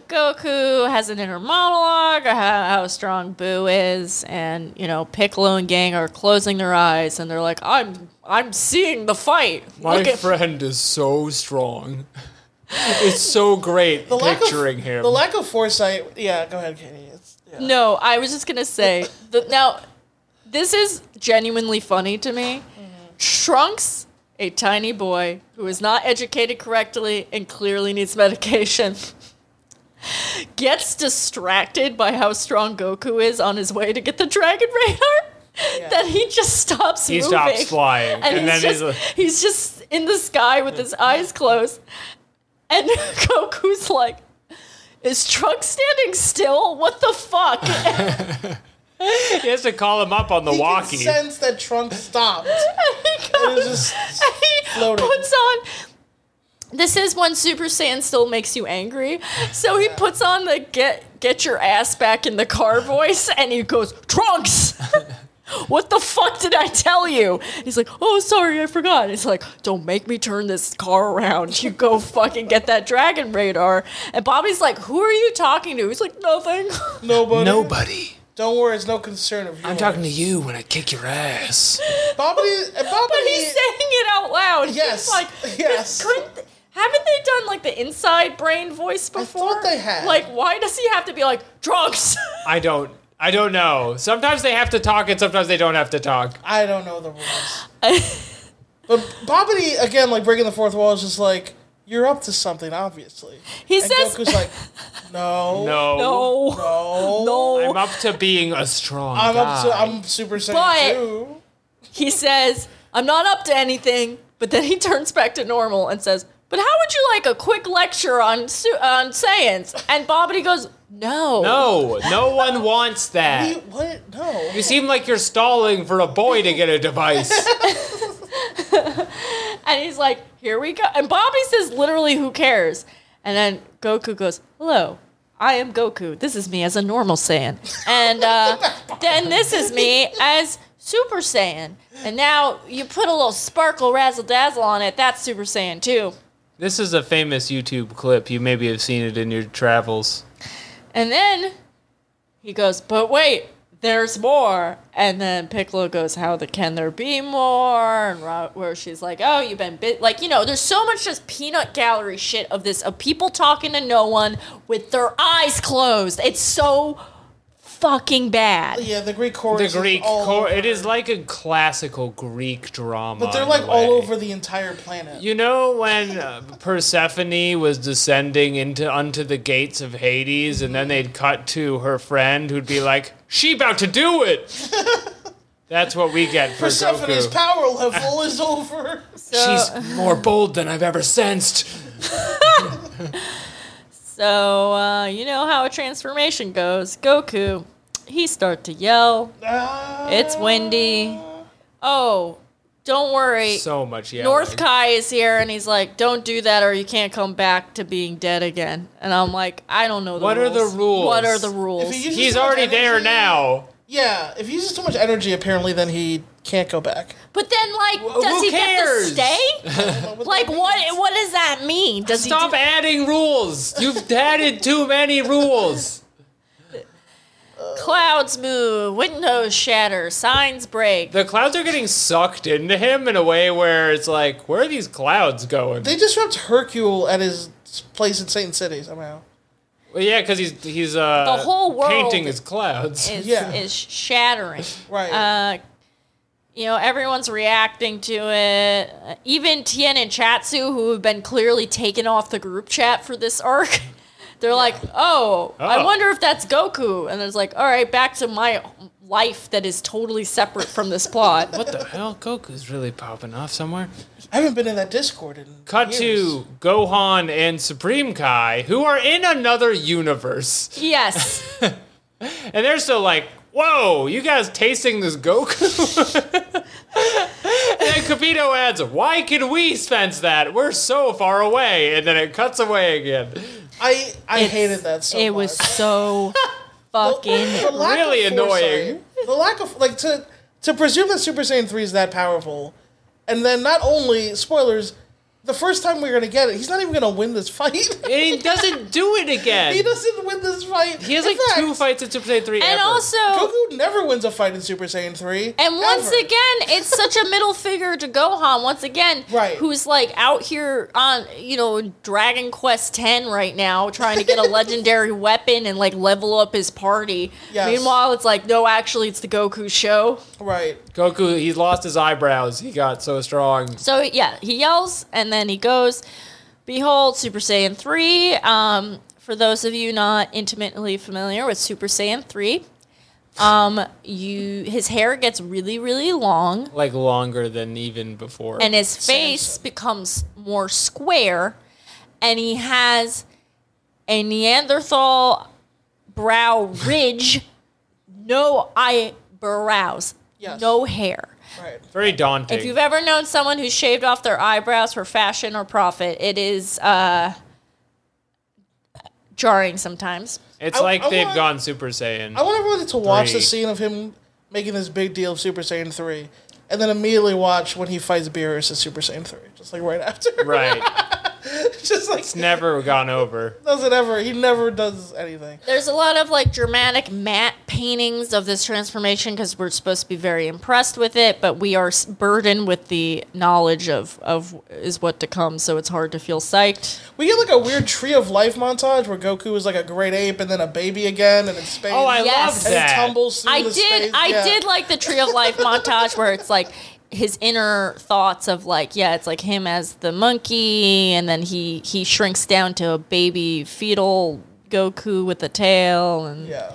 Goku has an inner monologue of how, how strong Boo is, and, you know, Piccolo and gang are closing their eyes and they're like, I'm. I'm seeing the fight. My Look at- friend is so strong. It's so great picturing lack of, him. The lack of foresight. Yeah, go ahead, Katie. It's, yeah. No, I was just gonna say that now. This is genuinely funny to me. Trunks, a tiny boy who is not educated correctly and clearly needs medication, gets distracted by how strong Goku is on his way to get the Dragon Radar. That he just stops He moving. stops flying, and, and he's, then he's just, a- he's just in the sky with his eyes closed, and Goku's like, "Is Trunks standing still? What the fuck?" He has to call him up on the He can walkie. sense that Trunks stopped. and It's just he floating. puts on. This is when Super Saiyan still makes you angry. So he puts on the get get your ass back in the car voice, and he goes Trunks. What the fuck did I tell you? He's like, oh, sorry, I forgot. It's like, don't make me turn this car around. You go fucking get that dragon radar. And Bobby's like, who are you talking to? He's like, nothing. nobody. Nobody. Don't worry, it's no concern of yours. I'm talking to you when I kick your ass. Bobbity. and Bobbity. But he's saying it out loud. He's Yes, like, yes. Couldn't th- haven't they done like the inside brain voice before? thought they had. Like, why does he have to be like drugs? I don't. I don't know. Sometimes they have to talk, and sometimes they don't have to talk. I don't know the rules. but Bobbity again, like breaking the fourth wall, is just like you're up to something, obviously. he And says, Goku's like, no, No. no, no, no. I'm up to being a strong I'm up to guy. I'm Super Saiyan But- too. He says, I'm not up to anything. But then he turns back to normal and says, But how would you like a quick lecture on su- on Saiyans? And Bobbity goes, No, No, no one wants He, that. what? No. You seem like you're stalling for a boy to get a device. And he's like, here we go. And Bobby says, literally, who cares? And then Goku goes, hello, I am Goku. This is me as a normal Saiyan. And uh, then this is me as Super Saiyan. And now you put a little sparkle razzle dazzle on it. That's Super Saiyan too. This is a famous YouTube clip. You maybe have seen it in your travels. And then he goes, but wait, there's more. And then Piccolo goes, how the, can there be more? And Ro- where she's like, oh, you've been bit. Like, you know, there's so much just peanut gallery shit of this, of people talking to no one with their eyes closed. It's so fucking bad. Yeah, the Greek chorus. The is Greek all chor- over. it is like a classical Greek drama. But they're in like a all way. over the entire planet. You know when uh, Persephone was descending into unto the gates of Hades, and then they'd cut to her friend, who'd be like, "She about to do it." That's what we get for Persephone's Goku. power level is over. She's more bold than I've ever sensed. So, uh, you know how a transformation goes. Goku, he start to yell. Ah. It's windy. Oh, don't worry. so much, yeah. North Kai is here and he's like, "Don't do that, or you can't come back to being dead again." And I'm like, "I don't know the What are rules. the rules? What are the If he rules?" uses He's too much already there energy- now. Yeah, if he uses too much energy, apparently, then he can't go back. But then, like, does who he cares? get to stay? like, what? What does that mean? Does Stop he? adding rules. You've added too many rules. Do- Clouds move, windows shatter, signs break. The clouds are getting sucked into him in a way where it's like, where are these clouds going? They disrupt Hercule at his place in Satan Cities somehow. Well, yeah, because he's he's uh The whole world painting his clouds. is yeah. is shattering. Right. Uh, you know, everyone's reacting to it. Uh, Even Tien and Chatsu, who have been clearly taken off the group chat for this arc, they're like, oh, I Oh. wonder if that's Goku. And it's like, all right, back to my life that is totally separate from this plot. What the hell? Goku's really popping off somewhere. I haven't been in that Discord in Cut years. to Gohan and Supreme Kai, who are in another universe, yes. and they're still like, "Whoa, you guys tasting this Goku?" and then Kabito adds, "Why can we sense that? We're so far away." And then it cuts away again. I I It's- hated that so it much. was so fucking. lack really of foresight. annoying. The lack of like to to presume that Super Saiyan three is that powerful, and then not only spoilers, the first time we're gonna get it, he's not even gonna win this fight. And he doesn't do it again. he doesn't win this fight. He has like two fights in Super Saiyan 3 And ever. also, Goku never wins a fight in Super Saiyan three. and once ever. again, it's such a middle figure to Gohan. Once again, Right. Who's like out here on you know Dragon Quest X right now, trying to get a legendary weapon and like level up his party. Yes. Meanwhile, it's like no, actually, it's the Goku show. right? Goku, he lost his eyebrows. He got so strong. So yeah, he yells and then he goes, "Behold, Super Saiyan 3." Um, for those of you not intimately familiar with Super Saiyan 3, um, you his hair gets really really long Like longer than even before. and his face becomes more square and he has a Neanderthal brow ridge, no eyebrows, Yes. no hair. Right. Very daunting. If you've ever known someone who shaved off their eyebrows for fashion or profit, it is uh, jarring sometimes. it's I- like I they've want- gone Super Saiyan. I want everyone to watch Three. the scene of him making this big deal of Super Saiyan three, and then immediately watch when he fights Beerus in Super Saiyan three, just like right after. right. just like It's never gone over. doesn't ever. He never does anything. There's a lot of like dramatic matte paintings of this transformation because we're supposed to be very impressed with it, but we are s- burdened with the knowledge of of is what to come, so it's hard to feel psyched. We get like a weird tree of life montage where Goku is like a great ape and then a baby again and in space. Oh, I Yes. love and he that. tumbles through I the did space. I yeah. did like the Tree of Life montage where it's like his inner thoughts of like yeah it's like him as the monkey and then he he shrinks down to a baby fetal Goku with a tail and yeah,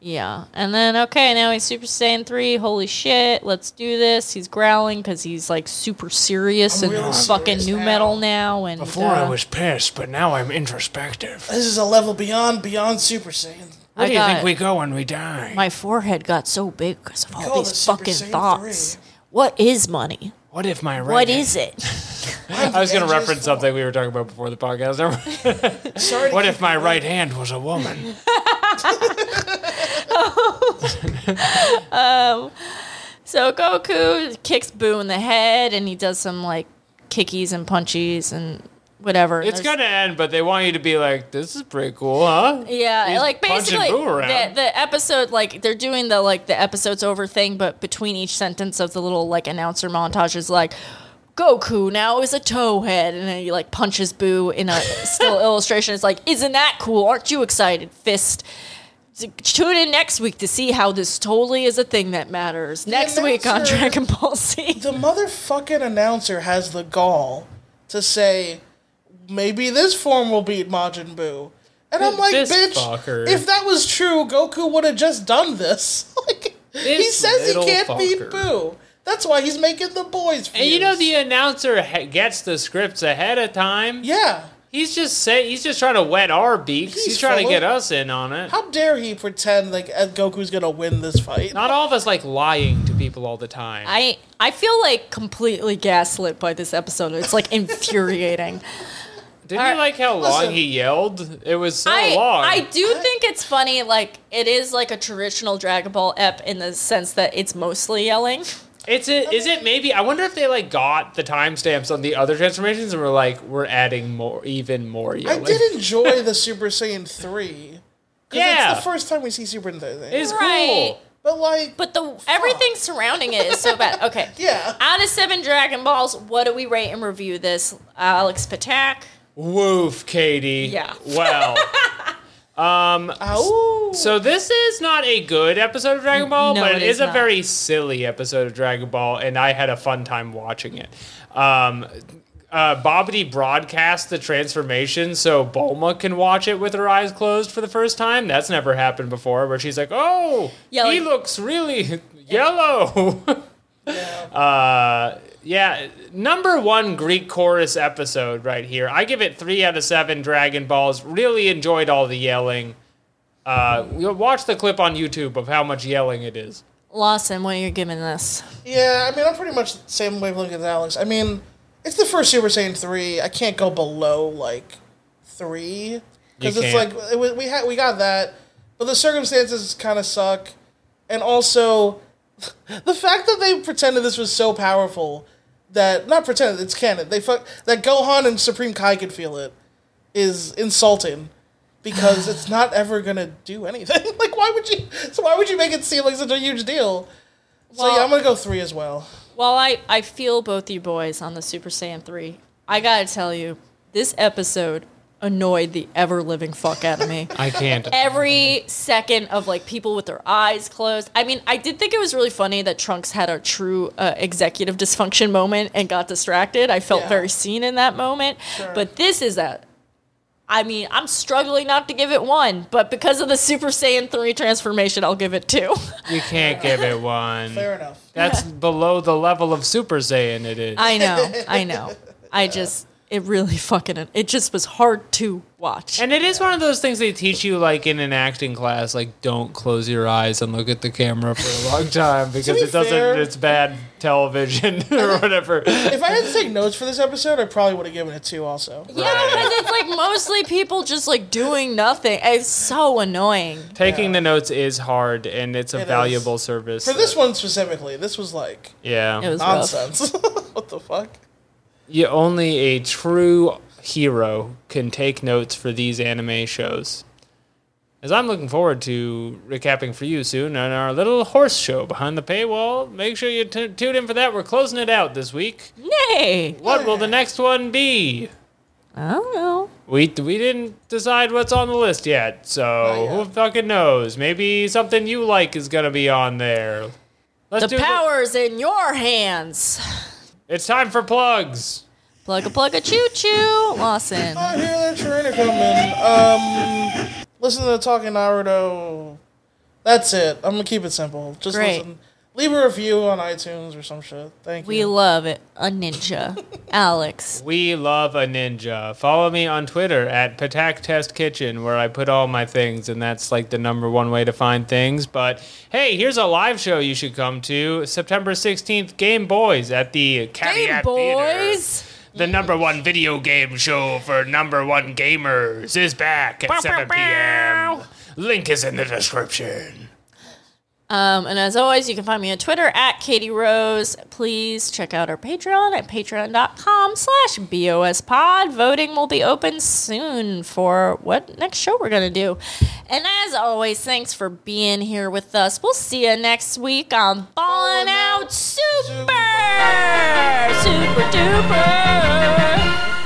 Yeah. and then okay now he's Super Saiyan 3 holy shit let's do this he's growling cuz he's like super serious and really fucking serious new now. metal now and Before I uh, was pissed, but now I'm introspective. This is a level beyond beyond Super Saiyan. Where I do you got- think we go when we die? my forehead got so big cuz of all Call these this Super fucking Saiyan thoughts what is money what if my right? What hand- is it I was going to Avengers reference four. something we were talking about before the podcast. Never mind. Sorry. to What keep if my you- right hand was a woman? So Goku kicks Boo in the head, and he does some like kickies and punchies and whatever. it's There's- going to end, but they want you to be like, this is pretty cool, huh? Yeah, He's like punching basically Boo the, around. the episode, like they're doing the like the episode's over thing, but between each sentence of the little like announcer montage is like. Goku now is a towhead, and then he like punches Boo in a still illustration. It's like, isn't that cool? Aren't you excited? Fist. T- Tune in next week to see how this totally is a thing that matters. Next week on announcer- Dragon Ball Z. The motherfucking announcer has the gall to say, maybe this form will beat Majin Buu. And I'm like, This bitch, fucker. if that was true, Goku would have just done this. like, he This says he little can't beat fucker. Boo. That's why he's making the boys. And you know furious. the announcer ha- gets the scripts ahead of time. yeah. He's just say he's just trying to wet our beaks. He's, He's trying to full of- get us in on it. How dare he pretend like uh, Goku's gonna win this fight? Not all of us like lying to people all the time. I I feel like completely gaslit by this episode. It's like infuriating. Didn't All you right, like how listen. long he yelled? It was so I long. I do think it's funny. Like it is like a traditional Dragon Ball ep in the sense that it's mostly yelling. it's a, is it maybe? I wonder if they like got the timestamps on the other transformations and were like, we're adding more, even more I yelling. did enjoy the Super Saiyan three. 'cause Yeah. it's the first time we see Super Saiyan. It's Right. cool. but like, But the everything surrounding it is so bad. Okay. yeah, Out of seven Dragon Balls, what do we rate and review this? Alex Patak. Woof, Katie. Yeah. Well, Ow. So this is not a good episode of Dragon Ball, No, but it it is, is a not. very silly episode of Dragon Ball, and I had a fun time watching it. Um, uh, Bobbity broadcast the transformation so Bulma can watch it with her eyes closed for the first time. That's never happened before, where she's like, "Oh, Yeah, he like- looks really yellow." uh, yeah, number one Greek chorus episode right here. I give it three out of seven Dragon Balls. Really enjoyed all the yelling. Uh, you'll watch the clip on YouTube of how much yelling it is. Lawson, what are you giving this? Yeah, I mean, I'm pretty much the same wavelength as Alex. I mean, it's the first Super Saiyan three. I can't go below like three because You it's like can't. it, wa- we had we got that, but the circumstances kind of suck, and also the fact that they pretended this was so powerful that not pretended it's canon. They fuck that Gohan and Supreme Kai could feel it is insulting. Because it's not ever gonna do anything. like, why would you? So why would you make it seem like such a huge deal? So yeah, I'm gonna go three as well. While I, I feel both you boys on the Super Saiyan 3, I gotta tell you, this episode annoyed the ever living fuck out of me. I can't. Every second of like people with their eyes closed. I mean, I did think it was really funny that Trunks had a true uh, executive dysfunction moment and got distracted. I felt Yeah. very seen in that moment. But this is a. I mean, I'm struggling not to give it one, but because of the Super Saiyan 3 transformation, I'll give it two. You can't give it one. Fair enough. That's below the level of Super Saiyan it is. I know, I know. I just it really fucking it just was hard to watch. and it is one of those things they teach you like in an acting class, like don't close your eyes and look at the camera for a long time because be it doesn't fair- it's bad television or whatever. If I had to take notes for this episode, I probably would have given it two. Also, yeah, because it's like mostly people just like doing nothing. It's so annoying. Taking the notes is hard and it's a It is. valuable service. Uh, for this one specifically, this was like yeah. It was rough. nonsense. what the fuck? you only a true hero can take notes for these anime shows. As I'm looking forward to recapping for you soon on our little horse show behind the paywall. Make sure you t- tune in for that. We're closing it out this week. Nay, What will the next one be? I don't know. We, we didn't decide what's on the list yet, so yet. who fucking knows? Maybe something you like is gonna be on there. Let's The do power's in your hands. It's time for plugs. Plug a plug a choo choo, Lawson. I hear that trainer coming. Um, listen to the talking Naruto. That's it. I'm gonna keep it simple. Just Great. listen. Leave a review on iTunes or some shit. Thank We you. love it. A ninja, Alex. We love a ninja. Follow me on Twitter at Patak Test Kitchen, where I put all my things, and that's like the number one way to find things. But hey, here's a live show you should come to September 16th, Game Boys at the Hey Caveat Theater. boys. The number one video game show for number one gamers is back at 7 p.m. Link is in the description. Um, and as always, you can find me on Twitter at Katie Rose. Please check out our Patreon at patreon.com slash bospod. Voting will be open soon for what next show we're going to do. And as always, thanks for being here with us. We'll see you next week on Falling Out Super! Super Duper!